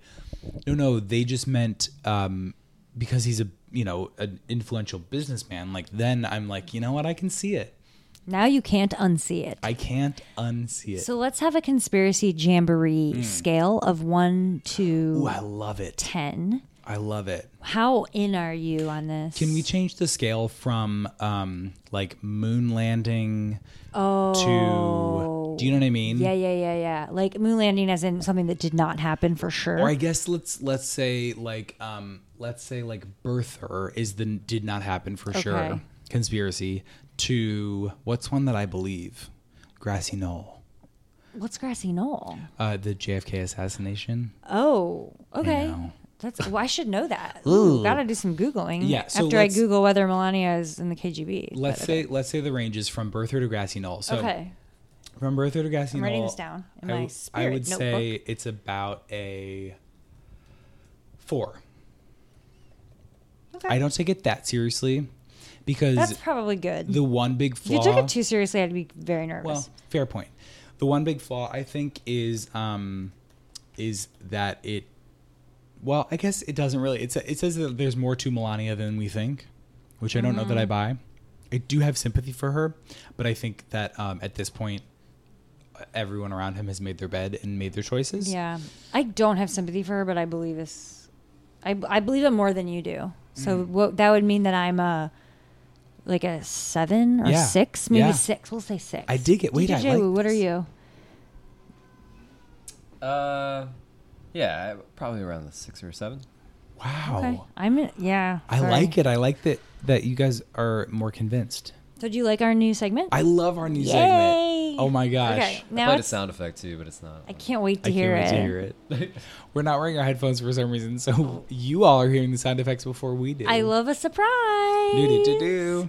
no, no, they just meant um, because he's a you know an influential businessman, like then I'm like, you know what, I can see it. Now you can't unsee it. I can't unsee it. Mm. So let's have a conspiracy jamboree scale of one to Ooh, I love it. ten. I love it. How in are you on this? Can we change the scale from um like moon landing Oh. to do you know what I mean? Yeah, yeah, yeah, yeah. Like moon landing, as in something that did not happen for sure. Or I guess let's let's say like um let's say like birther is the did not happen for Okay. sure conspiracy to what's one that I believe grassy knoll What's grassy knoll? uh the JFK assassination Oh, okay. know. That's well, I should know (laughs) that. Ooh, gotta do some googling. Yeah, so after I let's- Google whether Melania is in the KGB. let's But- say let's say the range is from birther to grassy knoll so okay. from birther to grassy I'm knoll writing this down in I my w- spirit I would notebook. say it's about a four Okay. I don't take it that seriously because That's probably good. the one big if flaw you took it too seriously, I'd be very nervous. Well, fair point. The one big flaw I think is um is that it well, I guess it doesn't really it, sa- it says that there's more to Melania than we think, which I don't know that Mm. I buy. I do have sympathy for her, but I think that um, at this point everyone around him has made their bed and made their choices. Yeah, I don't have sympathy for her, but I believe this. I I believe it more than you do. So Mm. what, that would mean that I'm a like a seven or Yeah. six, maybe Yeah. six. We'll say six. I dig it. Wait, I DJJ, like what are this. you? Uh, yeah, probably around the six or seven. Wow. Okay, I'm in, yeah. Oh. I like it. I like that that you guys are more convinced. So do you like our new segment? I love our new Yay. segment. Oh my gosh. okay, I now played a it's, sound effect too, but it's not. I can't wait to I hear can't wait it. to hear it. (laughs) We're not wearing our headphones for some reason, so you all are hearing the sound effects before we do. I love a surprise. Do-do-do-do.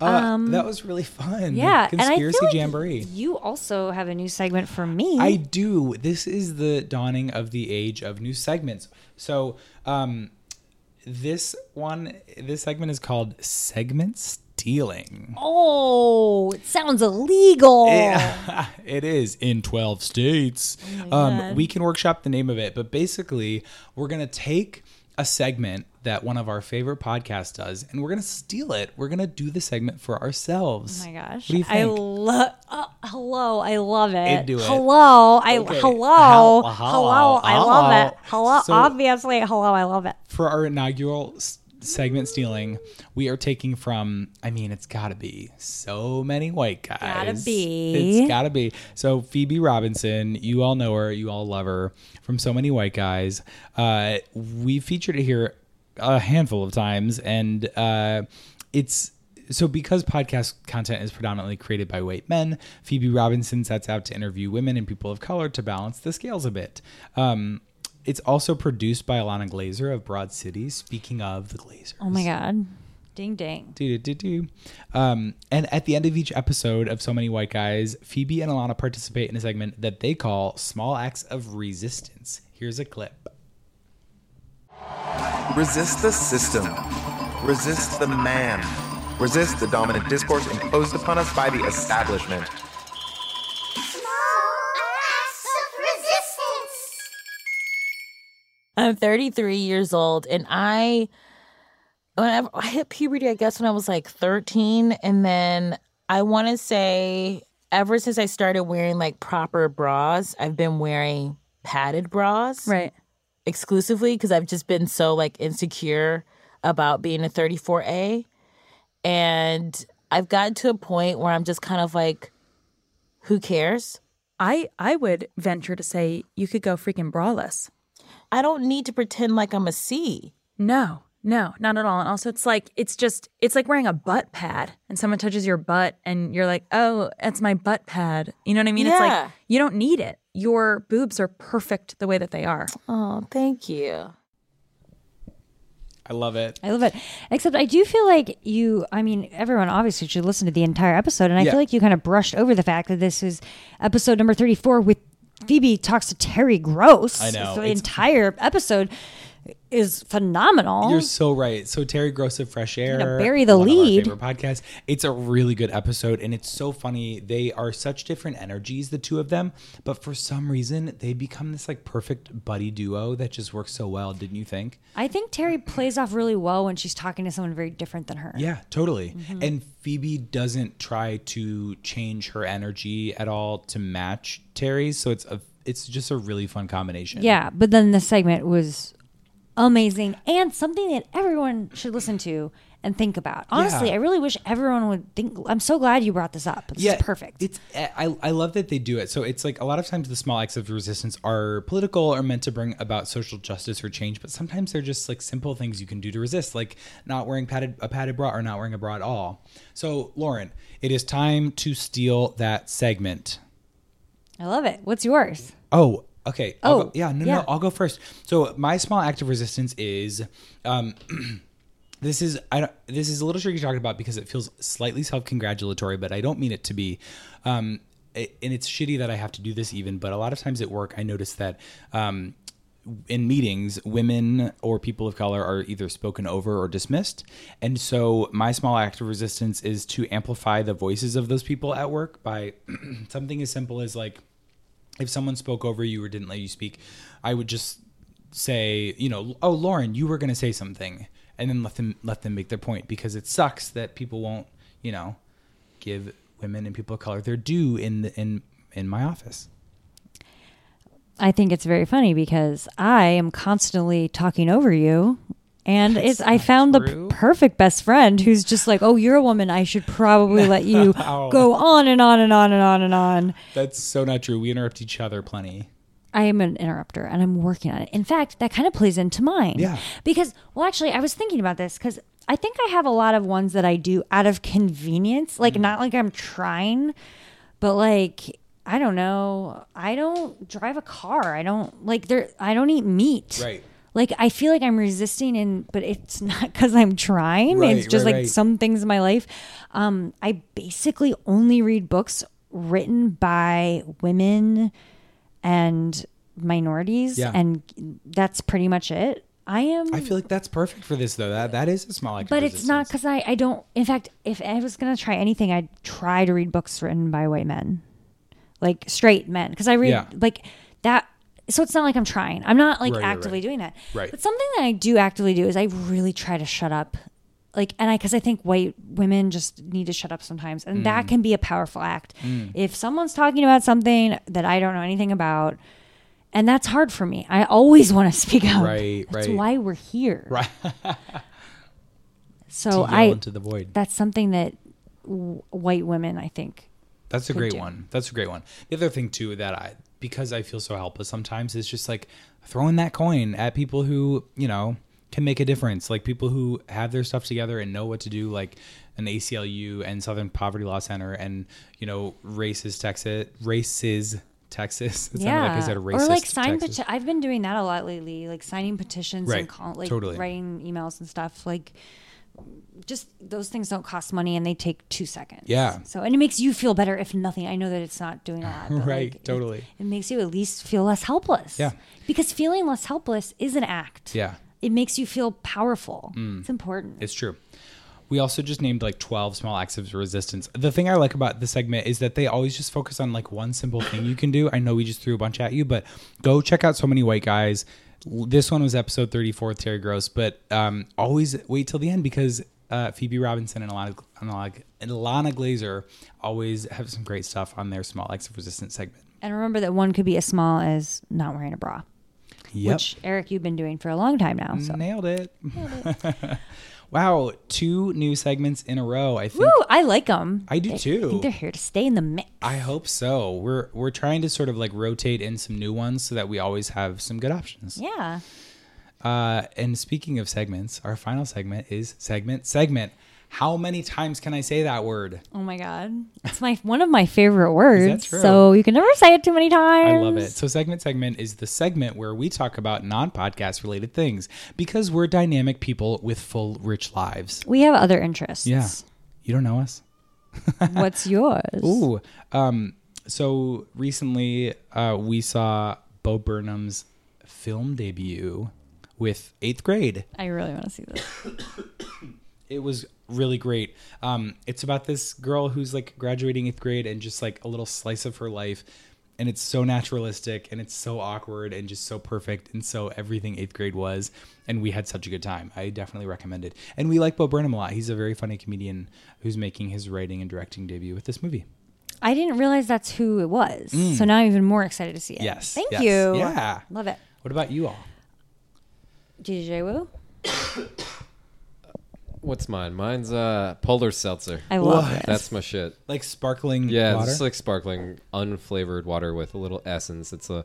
Uh, that was really fun. Um, Yeah, and I feel Conspiracy like Jamboree. You also have a new segment for me. I do. This is the dawning of the age of new segments. So, um, this one, this segment is called Segment Stealing. oh, it sounds illegal. (laughs) it is in 12 states. Mm-hmm. um, we can workshop the name of it, but basically, we're going to take a segment that one of our favorite podcasts does and we're going to steal it. We're going to do the segment for ourselves. Oh my gosh. What do you I think? love uh, hello, I love it. do it. Hello, I Okay. hello. Hel- Hello, I hello, love it. hello. Hello, So- obviously, hello, I love it. for our inaugural s- segment stealing, we are taking from, I mean, it's gotta be so many white guys. be. It's gotta be. So, Phoebe Robinson, you all know her, you all love her from so many white guys. Uh, we featured it here a handful of times, and uh, it's. So, because podcast content is predominantly created by white men, Phoebe Robinson sets out to interview women and people of color to balance the scales a bit. Um, it's also produced by Alana Glazer of Broad City. Speaking of the Glazers. Oh my god. Ding ding. Do, do, do, do. Um, and at the end of each episode of So Many White Guys, Phoebe and Alana participate in a segment that they call Small Acts of Resistance. Here's a clip. (laughs) Resist the system. Resist the man. Resist the dominant discourse imposed upon us by the establishment. I'm 33 years old, and I when I, I hit puberty, I guess when I was like 13, and then I want to say ever since I started wearing like proper bras, I've been wearing padded bras Right. exclusively because I've just been so like insecure about being a 34A. And I've gotten to a point where I'm just kind of like, who cares? I I would venture to say you could go freaking braless. I don't need to pretend like I'm a C. No, no, not at all. And also, it's like it's just it's like wearing a butt pad, and someone touches your butt, and you're like, oh, that's my butt pad. You know what I mean? It's Yeah. like you don't need it. Your boobs are perfect the way that they are. Oh, thank you. I love it. I love it. Except I do feel like you, I mean, everyone obviously should listen to the entire episode. And I Yeah. feel like you kind of brushed over the fact that this is episode number 34 with Phoebe talks to Terry Gross. I know. So the It's- entire episode is phenomenal. You're so right. So Terry Gross of Fresh Air, bury the one of our lead. favorite podcast. It's a really good episode, and it's so funny. They are such different energies, the two of them, but for some reason they become this like perfect buddy duo that just works so well. Didn't you think? I think Terry plays off really well when she's talking to someone very different than her. Yeah, totally. Mhm. And Phoebe doesn't try to change her energy at all to match Terry's, so it's a it's just a really fun combination. Yeah, but then the segment was amazing and something that everyone should listen to and think about. Honestly, Yeah. I really wish everyone would think. I'm so glad you brought this up. This is perfect. It's eh, I, I love that they do it. So it's like a lot of times the small acts of resistance are political or meant to bring about social justice or change, but sometimes they're just like simple things you can do to resist, like not wearing padded a padded bra or not wearing a bra at all. So Lauren, it is time to steal that segment. I love it. What's yours? Oh, okay. I'll Oh, go, yeah, no, yeah. no, I'll go first. So my small act of resistance is, um, (clears throat) this is I don't, this is a little tricky to talk about because it feels slightly self congratulatory, but I don't mean it to be. Um, a- and it's shitty that I have to do this even, but a lot of times at work I notice that. Um, in meetings, women or people of color are either spoken over or dismissed. And so, my small act of resistance is to amplify the voices of those people at work by (clears throat) something as simple as like if someone spoke over you or didn't let you speak, I would just say, you know, oh Lauren, you were going to say something, and then let them let them make their point because it sucks that people won't, you know, give women and people of color their due in the, in in my office. I think it's very funny because I am constantly talking over you. And it's I found the p- perfect best friend who's just like, "Oh, you're a woman. I should probably let you No. go on and on and on and on and on." That's so not true. We interrupt each other plenty. I am an interrupter and I'm working on it. In fact, that kind of plays into mine. Yeah. Because, well, actually, I was thinking about this because I think I have a lot of ones that I do out of convenience. Mm. Like, not like I'm trying, but like, I don't know. I don't drive a car. I don't like there, I don't eat meat. Right. Like, I feel like I'm resisting, and but it's (laughs) not because I'm trying. Right, it's just right, like right. some things in my life. Um, I basically only read books written by women and minorities Yeah. and that's pretty much it i am I feel like that's perfect for this though. That that is a small act. of but it's not because I, I don't in fact if i was going to try anything i'd try to read books written by white men like straight men because i read Yeah. like that so it's not like i'm trying i'm not like Right, right, actively right. doing that Right. but something that i do actively do is i really try to shut up like and i because i think white women just need to shut up sometimes and that Mm. can be a powerful act Mm. if someone's talking about something that i don't know anything about and that's hard for me i always (laughs) want to speak out Right, that's right. why we're here Right. To so yell i into the void. that's something that w- white women i think That's a could great do. one. That's a great one. The other thing too that I because I feel so helpless sometimes is just like throwing that coin at people who, you know, can make a difference. Like people who have their stuff together and know what to do, like an ACLU and Southern Poverty Law Center and, you know, races Texas races Texas. (laughs) It sounded like I said racist or like sign Texas. peti- I've been doing that a lot lately, like signing petitions Right. and call, like Totally. writing emails and stuff. Like, just those things don't cost money and they take two seconds. Yeah. So and it makes you feel better if nothing. I know that it's not doing a (laughs) lot, but, right, like, totally. it makes you at least feel less helpless. Yeah. Because feeling less helpless is an act. Yeah. It makes you feel powerful. Mm. It's important. It's true. We also just named like 12 small acts of resistance. The thing I like about the segment is that they always just focus on like one simple thing you can do. I know we just threw a bunch at you, but go check out so many white guys. L- This one was episode 34 with Terry Gross, but um, always wait till the end because uh, Phoebe Robinson and Alana, and Alana- and Alana Glazer always have some great stuff on their small acts of resistance segment. And remember that one could be as small as not wearing a bra. Yep. Which Eric, you've been doing for a long time now. So Nailed it. (laughs) wow, two new segments in a row. I think Woo, I like them. I do I too. think they're here to stay in the mix. I hope so. We're we're trying to sort of like rotate in some new ones so that we always have some good options. Yeah. Uh, and speaking of segments, our final segment is segment segment. How many times can I say that word? Oh my god, it's my one of my favorite words. true? So you can never say it too many times. I love it. So segment segment is the segment where we talk about non-podcast related things because we're dynamic people with full rich lives. We have other interests. Yeah. (laughs) You don't know us? What's yours? Ooh. Um, so recently, uh, we saw Bo Burnham's film debut with eighth grade. I really want to see this. It was really great. Um, it's about this girl who's like graduating eighth grade and just like a little slice of her life. And it's so naturalistic and it's so awkward and just so perfect and so everything eighth grade was. And we had such a good time. I definitely recommend it. And we like Bo Burnham a lot. He's a very funny comedian who's making his writing and directing debut with this movie. I didn't realize that's who it was. Mm. So now I'm even more excited to see it. Yes, Thank yes. you. Yeah. Love it. What about you all? DJ Wu. What's mine? Mine's uh polar seltzer. I love What? this. That's my shit. Like sparkling Yeah, water? it's like sparkling unflavored water with a little essence. It's a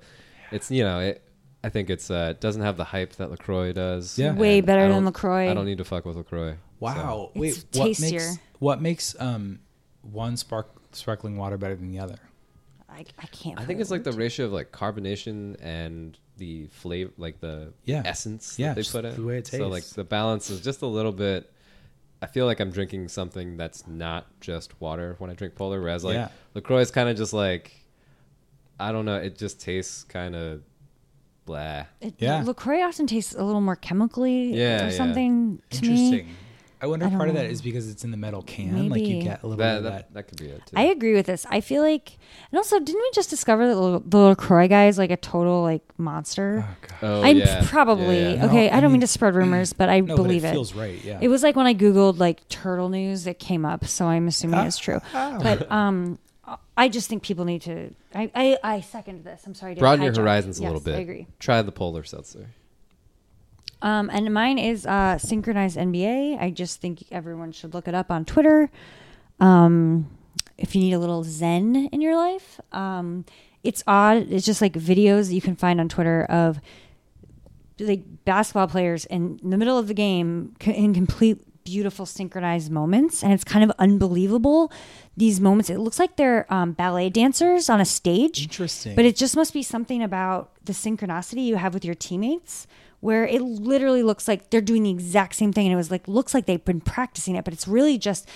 it's you know, it I think it's uh it doesn't have the hype that LaCroix does. Yeah. Way And better I than don't- LaCroix. I don't need to fuck with LaCroix. Wow. So- Wait, It's what tastier. makes what makes um one spark sparkling water better than the other? I, I can't. I think it's like the ratio of like carbonation and the flavor, like the Yeah. essence Yeah, that they just put in. the way it So like tastes. the balance is just a little bit. I feel like I'm drinking something that's not just water when I drink Polar, whereas like Yeah. Lacroix is kind of just like, I don't know, it just tastes kind of blah. It, LaCroix often tastes a little more chemically Yeah, or yeah. something to me. Interesting. I wonder if I part of don't that know. is because it's in the metal can, like you Maybe. get a little That- bit of that- that. that could be it. I agree with this. I feel like, and also, didn't we just discover that La- the LaCroix guy is like a total like monster? Oh, I'm yeah. probably Yeah, yeah. okay. No, I I don't mean- mean to spread rumors, but (clears throat) I No, but it believe feels right, yeah. It was like when I googled like turtle news, it came up, so I'm assuming it's true. Ah, But um, I just think people need to. I I, I second this. I'm sorry. to Broaden your hijack. horizons a Yes, little bit. I agree. Try the Polar seltzer. Um, and mine is uh, synchronized NBA. I just think everyone should look it up on Twitter. Um, if you need a little zen in your life, um, it's odd. It's just like videos that you can find on Twitter of like basketball players in the middle of the game c- in complete beautiful synchronized moments and it's kind of unbelievable these moments it looks like they're um, ballet dancers on a stage Interesting. but it just must be something about the synchronicity you have with your teammates where it literally looks like they're doing the exact same thing and it was like looks like they've been practicing it but it's really just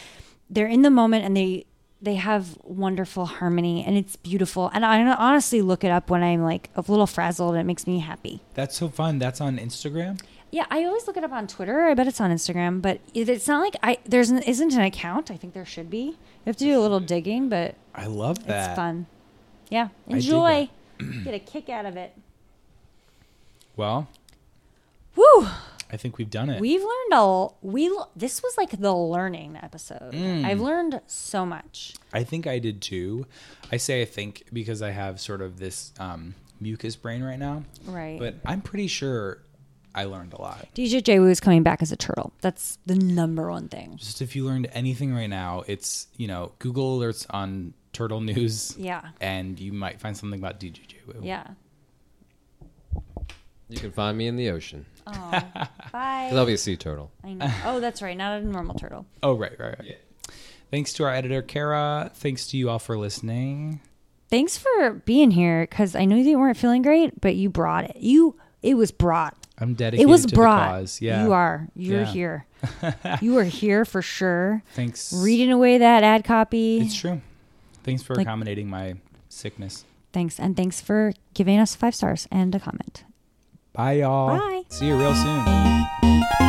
they're in the moment and they they have wonderful harmony and it's beautiful and i honestly look it up when i'm like a little frazzled and it makes me happy That's so fun. That's on Instagram. yeah, I always look it up on Twitter. I bet it's on Instagram, but it- it's not like I there's an, isn't an account. I think there should be. You have to do a little digging, but I love that. it's fun. Yeah, I dig enjoy. (clears throat) Get a kick out of it. Well, Woo! I think we've done it. We've learned a l- we l- this was like the learning episode. Mm. I've learned so much. I think I did too. I say I think because I have sort of this um, mucus brain right now. Right. But I'm pretty sure I learned a lot. DJ J Wu is coming back as a turtle. That's the number one thing. Just if you learned anything right now, it's, you know, Google alerts on turtle news. Yeah. And you might find something about DJJ Wu. (laughs) Yeah. You can find me in the ocean. Oh, bye. Because I'll be a sea turtle. I know. Oh, that's right. Not a normal turtle. Oh, right, right, right. Thanks to our editor, Kara. Thanks to you all for listening. thanks for being here because I know you weren't feeling great, but you brought it. You it was brought. I'm dedicated it was to the brought. cause. Yeah. you are. You're Yeah. (laughs) here. you are here for sure. Thanks. Reading away that ad copy. It's true. Thanks for Like- accommodating my sickness. thanks and thanks for giving us five stars and a comment. Bye, y'all. Bye. See you real soon.